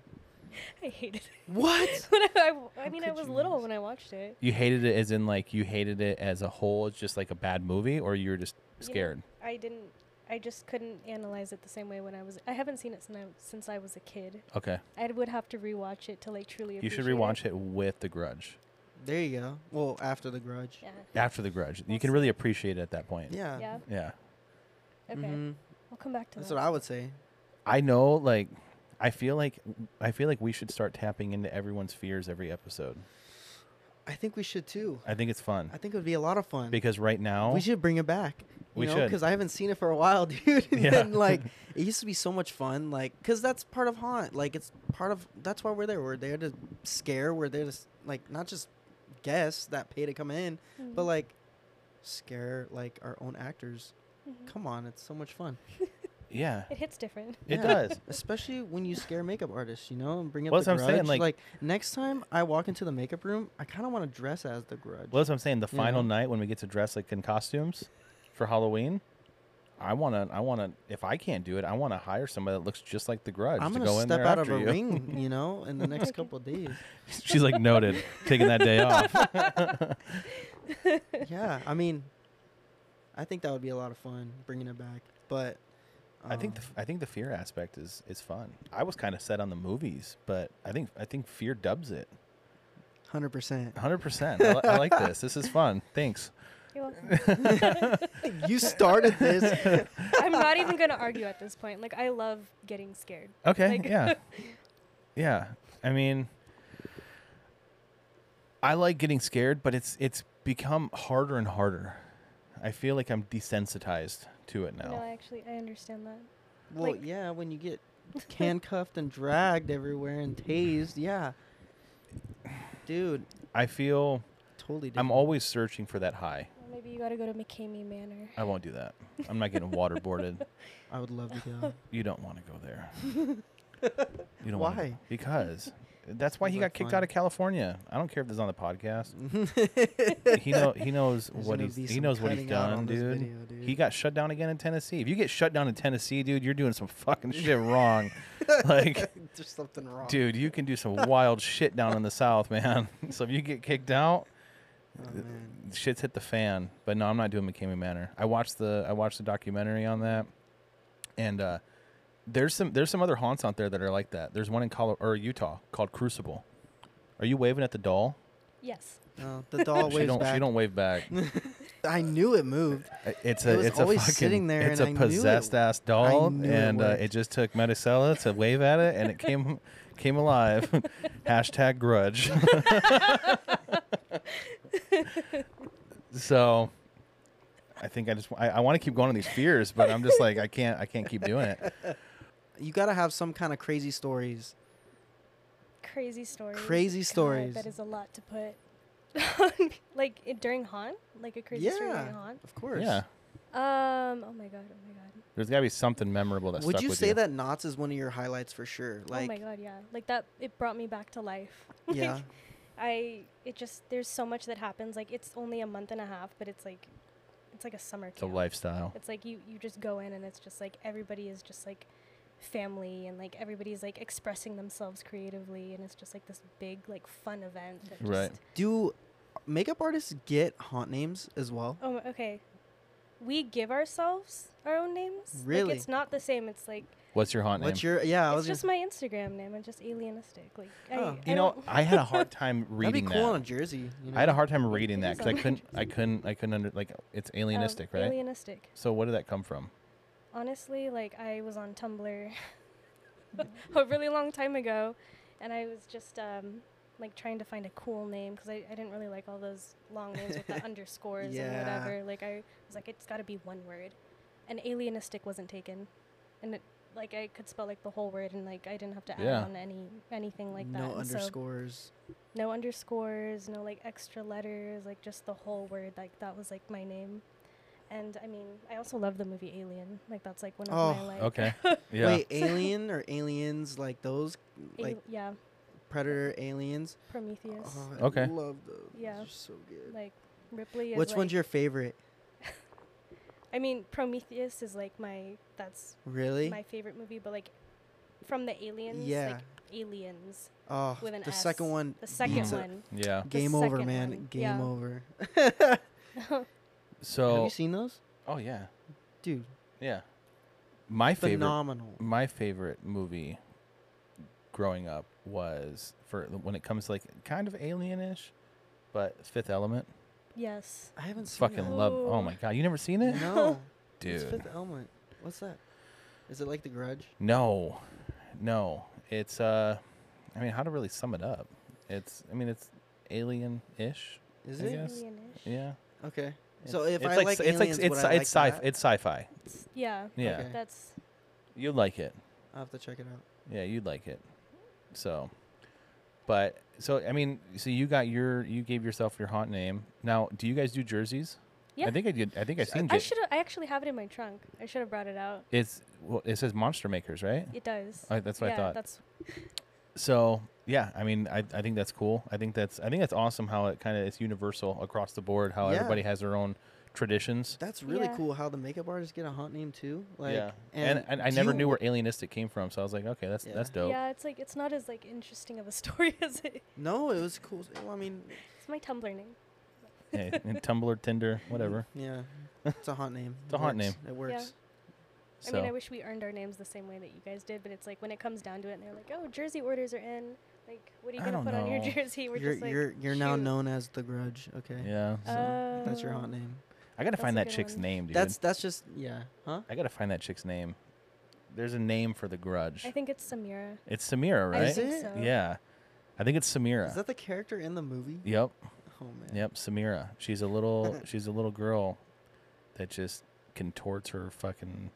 B: I hated it.
C: What?
B: When I, I w- I mean, I
C: could
B: was
C: you
B: little
C: miss?
B: when I watched it.
D: you hated it as in like you hated it as a whole, it's just like a bad movie or you were just
B: You know,
D: scared.
B: I didn't. I just couldn't analyze it the same way when I was. I haven't seen it since I, since I was a kid.
D: okay.
B: I would have to rewatch it to like truly.
D: You should
B: appreciate
D: rewatch it with The Grudge.
C: There you go. Well, after the Grudge.
B: Yeah.
D: After The Grudge. You can really appreciate it at that point.
C: Yeah.
B: Yeah.
D: Yeah.
B: Okay.
C: Mhm.
B: We'll come back to
C: Uh, That's
B: that.
C: what I would say.
D: I know like I feel like I feel like we should start tapping into everyone's fears every episode.
C: I think we should too.
D: I think it's fun
C: I think it would be a lot of fun.
D: because right now
C: We should bring it back. You
D: We should.
C: Because I haven't seen it for a while, dude. and
D: Yeah.
C: then, like, it used to be so much fun. Like, because that's part of Haunt. Like, it's part of, that's why we're there. We're there to scare. We're there to, s- like, not just guests that pay to come in,
B: Hmm.
C: but,
B: Mm-hmm.
C: like, scare, like, our own actors. Come on. It's so much fun.
D: yeah,
B: It hits different.
D: it
C: Yeah.
D: does.
C: Especially when you scare makeup artists, you know, and bring up
D: Well,
C: the
D: that's what I'm saying,
C: grudge.
D: like-
C: next time I walk into the makeup room, I kind of want to dress as the grudge.
D: Well, that's what I'm saying. The
C: You know?
D: final night when we get to dress like in costumes for Halloween, I wanna, I wanna. If I can't do it, I wanna hire somebody that looks just like the Grudge
C: I'm
D: to
C: gonna
D: go in
C: step
D: there
C: out of
D: after
C: a
D: you.
C: ring, you know, in the next
B: Okay.
C: couple of days.
D: She's like noted, taking that day off.
C: Yeah, I mean, I think that would be a lot of fun bringing it back. But
D: I think the,
C: um,
D: f- I think the fear aspect is is fun. I was kind of set on the movies, but I think I think fear dubs it.
C: 100%.
D: 100%. I, li- I like this. This is fun. Thanks.
B: You're welcome.
C: you started this.
B: I'm not even gonna argue at this point. Like I love getting scared.
D: Okay.
B: Like-
D: yeah. Yeah. I mean, I like getting scared, but it's it's become harder and harder. I feel like I'm desensitized to it
B: No,
D: now.
B: actually, I understand that.
C: Well,
B: Like-
C: yeah, when you get handcuffed and dragged everywhere and tased, yeah. Dude,
D: I feel
C: totally different.
D: I'm always searching for that high.
B: Well, maybe you gotta go to McCamey Manor.
D: I won't do that. I'm not getting waterboarded.
C: I would love to go.
D: You don't want to go there. You don't Wanna,
C: Why?
D: go- because that's why
C: Sounds
D: he
C: like
D: got kicked
C: fun.
D: out of California. I don't care if this is on the podcast. he know he knows
C: There's
D: what
C: gonna
D: he's
C: be
D: he
C: some
D: knows what he's
C: cutting out
D: done,
C: on this
D: dude.
C: video, dude.
D: He got shut down again in Tennessee. If you get shut down in Tennessee, dude, you're doing some fucking shit wrong. like,
C: There's something wrong.
D: dude, you can do some wild shit down in the South, man. so if you get kicked out,
C: Oh, man.
D: shit's hit the fan. But no, I'm not doing McCamey Manor. I watched the I watched the documentary on that, and uh, there's some there's some other haunts out there that are like that. There's one in Colorado or Utah called Crucible. Are you waving at the doll?
B: Yes.
C: No, Oh, the doll
D: she
C: waves
D: don't
C: back.
D: she don't wave back.
C: I knew it moved.
D: I- It's
C: It
D: a
C: was
D: it's
C: always
D: a fucking
C: sitting there and
D: it's a
C: I knew it
D: possessed ass doll,
C: knew it
D: and uh,
C: worked.
D: it just took Medicella to wave at it, and it came came alive. Hashtag grudge. so, I think I just I, I want to keep going on these fears, but I'm just like I can't I can't keep doing it.
C: You gotta have some kind of crazy stories.
B: Crazy stories.
C: Crazy
B: God,
C: stories.
B: that is a lot to put. like it, during haunt, like a crazy story during
C: yeah,
B: haunt.
C: of course.
D: Yeah,
B: Um. Oh my god. Oh my god.
D: there's got to be something memorable that
C: Would
D: stuck
C: you
D: with
C: say
D: you.
C: that knots is one of your highlights for sure? Like,
B: oh my god. Yeah. Like that. It brought me back to life.
C: yeah,
B: I. It just. There's so much that happens. Like it's only a month and a half, but it's like, it's like a summer
D: It's a
B: camp.
D: lifestyle.
B: It's like you you just go in and it's just like everybody is just like family and like everybody's like expressing themselves creatively and it's just like this big like fun event. That just-
D: Right.
C: do makeup artists get haunt names as well?
B: Oh, okay. We give ourselves our own names.
C: Really?
B: Like, it's not the same. It's like
D: What's your haunt
C: What's
D: name?
C: your yeah? I was
B: it's just my Instagram name. I'm just alienistic. Like I,
C: Oh.
B: I
D: you know,
B: don't-
D: I had a hard
C: gonna,
D: time
C: that'd
D: reading
C: be cool
D: that.
C: on a jersey. You know?
D: I had a hard time reading that
B: It
D: because I
B: is
D: couldn't, I couldn't, I couldn't under like it's
C: Oh,
B: um,
D: alienistic, right?
B: Alienistic.
D: So where did that come from?
B: honestly, like I was on Tumblr a really long time ago, and I was just um, like trying to find a cool name because I, I didn't really like all those long names with the underscores and
C: Yeah.
B: whatever. Like I was like, it's got to be one word, and alienistic wasn't taken, and it, like I could spell like the whole word and like I didn't have to add
D: Yeah.
B: on any anything like that.
C: no
B: and so-
C: underscores.
B: no underscores, no like extra letters, like just the whole word. Like that was like my name. And I mean, I also love the movie Alien. Like that's like one of my
C: Oh,
B: like
D: Okay, yeah,
C: Wait, alien or aliens like those
B: al-
C: like
B: yeah,
C: predator aliens?
B: Prometheus.
C: Oh, I
D: Okay.
C: love those.
B: Yeah.
C: Those are so good.
B: like Ripley is
C: Which one's
B: like-
C: your favorite?
B: I mean, Prometheus is like my that's
C: Really?
B: my favorite movie, but like from the aliens,
C: Yeah.
B: like aliens
C: oh,
B: with an
C: the
B: S.
C: second one.
B: The second
C: beats it.
B: one.
D: yeah.
B: The
C: Game over,
B: second
C: man.
B: one,
C: Game
B: yeah.
C: over. Have
D: So,
C: you seen those?
D: oh yeah,
C: Dude,
D: yeah. My favorite,
C: phenomenal.
D: my favorite movie growing up was for when it comes to like kind of alienish, but Fifth Element.
B: Yes.
C: I haven't seen
D: Fucking
C: that.
D: love. Oh
B: Ooh.
D: my god, you never seen it,
C: No. It's
D: dude?
C: Fifth E-, Element. What's that? Is it like The Grudge?
D: No, no. It's uh, I mean, how to really sum it up? It's, I mean, it's alien ish.
C: Is
D: I
C: it?
D: guess.
B: Alien-ish.
D: Yeah.
C: Okay. So
D: It's-
C: if
D: it's
C: I
D: like
C: like
D: sci- it's like
C: aliens,
D: it's
C: would
D: sci-
C: I
D: it's
C: like
D: sci
C: that?
D: it's sci-fi.
B: It's- Yeah,
D: Yeah,
C: Okay.
B: that's
D: you'd like it.
C: I'll have to check it out.
D: Yeah, you'd like it. So, but so I mean, so you got your you gave yourself your haunt name. Now, do you guys do jerseys?
B: yeah.
D: I think I did. I think I
C: S- I
D: seen
B: I
D: it.
B: should. I actually have it in my trunk. I should have brought it out.
D: It's well, it says Monster Makers, right?
B: It does.
D: I, that's what
B: yeah,
D: I thought.
B: That's
D: so yeah, I mean, I, I think that's cool. I think that's I think that's awesome how it kind of it's universal across the board. How
C: Yeah.
D: everybody has their own traditions.
C: That's really
B: Yeah.
C: cool how the makeup artists get a haunt name too. Like
D: yeah, and, and, I
C: do
D: never
C: you-
D: knew where alienistic came from, so I was like, okay, that's
C: Yeah.
D: that's dope.
B: yeah. It's like it's not as like interesting of a story as it.
C: No, it was cool. Well, I mean,
B: It's my Tumblr name.
D: Hey, and Tumblr, Tinder, whatever.
C: yeah, it's a haunt name.
D: It's a
C: It
D: haunt
C: works. It works.
D: So.
B: I mean, I wish we earned our names the same way that you guys did, but it's like when it comes down to it, and they're like, "Oh, jersey orders are in. Like, what are you
D: I
B: gonna
D: don't
B: put on your
D: know.
B: jersey?" We're
C: You're
B: just like,
C: you're you're now
B: "Shoot."
C: known as the Grudge. Okay.
D: yeah, Oh.
C: So that's your haunt
B: Um,
C: name.
D: I gotta
B: That's
D: find
B: a
D: that
B: good
D: chick's
B: one.
D: name, dude.
C: That's that's just yeah. Huh?
D: I gotta find that chick's name. There's a name for the grudge.
B: I think it's Samira.
D: it's Samira,
B: I
D: right?
C: Is
B: think
C: it?
B: so.
D: Yeah, I think it's Samira.
C: Is that the character in the movie?
D: yep,
C: Oh man.
D: yep, Samira. She's a little, she's a little girl that just contorts her fucking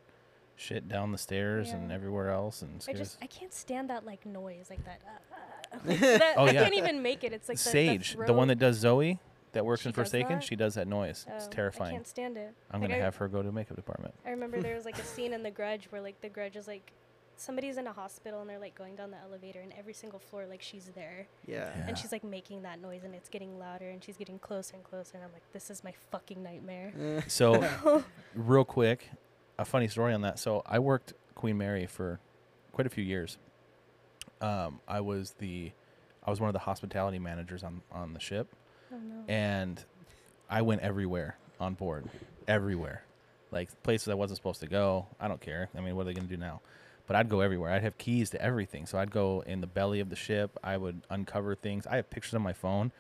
D: shit down the stairs and
B: Yeah.
D: everywhere else, and
B: I
D: scares.
B: just I can't stand that like noise, like that. Uh, uh, like that
D: Oh,
B: I
D: yeah.
B: can't even make it. It's like
D: Sage, the, one that does Zoe, that works
B: She
D: in
B: does
D: Forsaken,
B: that?
D: she does that noise.
B: throat-
D: it's
B: oh, I
D: terrifying.
B: can't stand it.
D: I'm
B: Like,
D: gonna
B: I-
D: have her go to the makeup department.
B: I remember there was like a scene in The Grudge where like The Grudge is like somebody's in a hospital and they're like going down the elevator and every single floor like she's there
C: Yeah.
D: Yeah.
B: and she's like making that noise and it's getting louder and she's getting closer and closer and I'm like this is my fucking nightmare.
C: Eh,
D: So, real quick, a funny story on that. So, I worked Queen Mary for quite a few years. Um, I was the, I was one of the hospitality managers on on the ship,
B: Oh no.
D: and I went everywhere on board, everywhere, like places I wasn't supposed to go. I don't care. I mean, what are they gonna do now? But I'd go everywhere. I'd have keys to everything. So I'd go in the belly of the ship. I would uncover things. I have pictures on my phone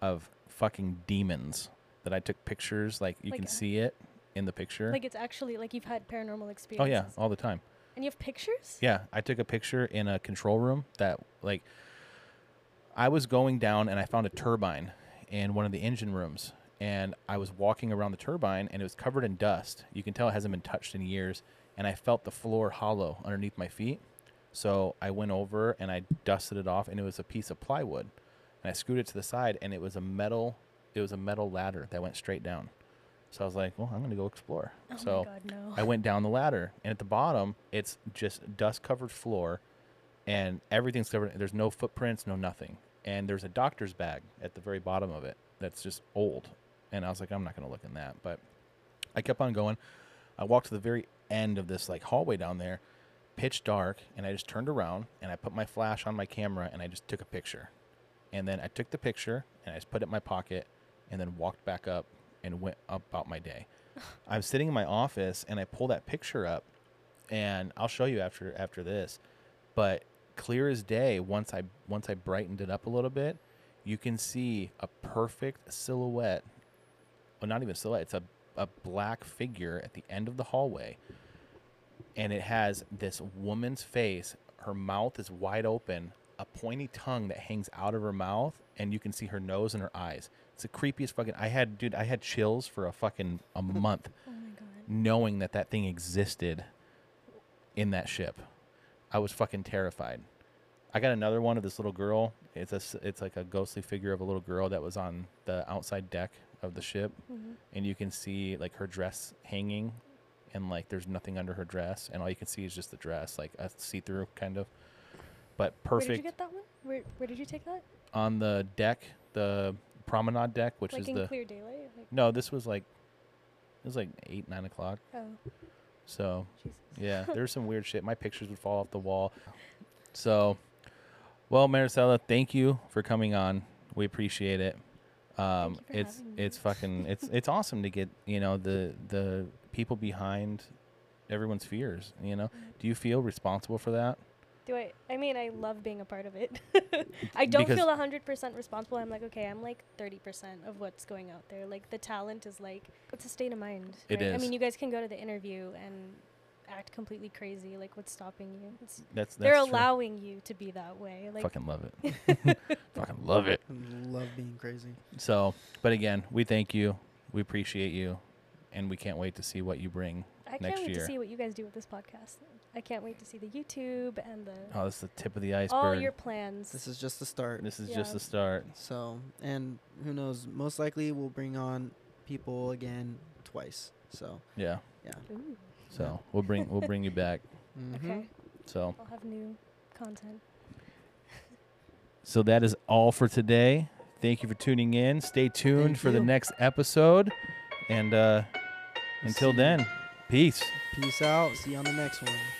D: of fucking demons that I took pictures. Like you
B: Like,
D: can
B: uh,
D: see it in the picture.
B: Like it's actually like you've had paranormal
D: Oh
B: experiences.
D: yeah, all the time.
B: And you have pictures?
D: Yeah, I took a picture in a control room that like I was going down and I found a turbine in one of the engine rooms and I was walking around the turbine and it was covered in dust. You can tell it hasn't been touched in years and I felt the floor hollow underneath my feet. So I went over and I dusted it off and it was a piece of plywood. And I screwed it to the side and it was a metal it was a metal ladder that went straight down. So I was like, well, I'm going to go explore.
B: Oh
D: so
B: my god, no.
D: I went down the ladder, and at the bottom, it's just dust covered floor, and everything's covered. There's no footprints, no nothing. And there's a doctor's bag at the very bottom of it that's just old. And I was like, I'm not going to look in that. But I kept on going. I walked to the very end of this like hallway down there, pitch dark, and I just turned around and I put my flash on my camera and I just took a picture. And then I took the picture and I just put it in my pocket and then walked back up and went about my day. I'm sitting in my office and I pull that picture up and I'll show you after after this. But clear as day, once I once I brightened it up a little bit, you can see a perfect silhouette. Well, not even silhouette, it's a, a black figure at the end of the hallway. And it has this woman's face. Her mouth is wide open, a pointy tongue that hangs out of her mouth, and you can see her nose and her eyes. It's the creepiest fucking. I had, dude, I had chills for a fucking a month
B: oh my god.
D: knowing that that thing existed in that ship. I was fucking terrified. I got another one of this little girl. It's a s- it's like a ghostly figure of a little girl that was on the outside deck of the ship,
B: Mm-hmm.
D: and you can see like her dress hanging, and like there's nothing under her dress, and all you can see is just the dress, like a see through kind of. But
B: Where did you
D: perfect
B: get that one? Where where did you take that?
D: on the deck, the promenade deck, which
B: like
D: is
B: in
D: the
B: clear daylight? Like,
D: no. This was like it was like eight nine o'clock,
B: oh,
D: so
B: Jesus.
D: yeah, there was some weird shit. My pictures would fall off the wall. So, well, Maricela, thank you for coming on. We appreciate it. Um,
B: you for
D: it's
B: having me.
D: it's fucking it's it's awesome to get you know the the people behind everyone's fears. You know,
B: Mm-hmm.
D: do you feel responsible for that?
B: Do I? I mean, I love being a part of it. I don't
D: Because-
B: feel a hundred percent responsible. I'm like, okay, I'm like thirty percent of what's going out there. Like the talent is like, it's a state of mind.
D: It
B: right? I
D: is.
B: mean, you guys can go to the interview, and act completely crazy. Like, what's stopping you? It's,
D: That's, that's
B: they're
D: true.
B: allowing you to be that way. Like,
D: Fucking love it. Fucking love it.
C: I love being crazy.
D: So, but again, we thank you. We appreciate you. And we can't wait to see what you bring.
B: I can't
D: next
B: wait
D: year.
B: to see what you guys do with this podcast. I can't wait to see the YouTube and the
D: Oh, this is the tip of the
B: all
D: iceberg.
B: your plans.
C: This is just the start.
D: this is
B: Yeah.
D: just the start.
C: So, and who knows? Most likely, we'll bring on people again twice. So,
D: Yeah.
B: Ooh,
D: So we'll bring we'll bring you back. Mm-hmm.
B: Okay,
D: So
B: I'll have new content.
D: so that is all for today. Thank you for tuning in. Stay tuned
C: Thank
D: for the
C: you.
D: next episode. And uh, until
C: See you.
D: then, peace.
C: Peace out. See you on the next one.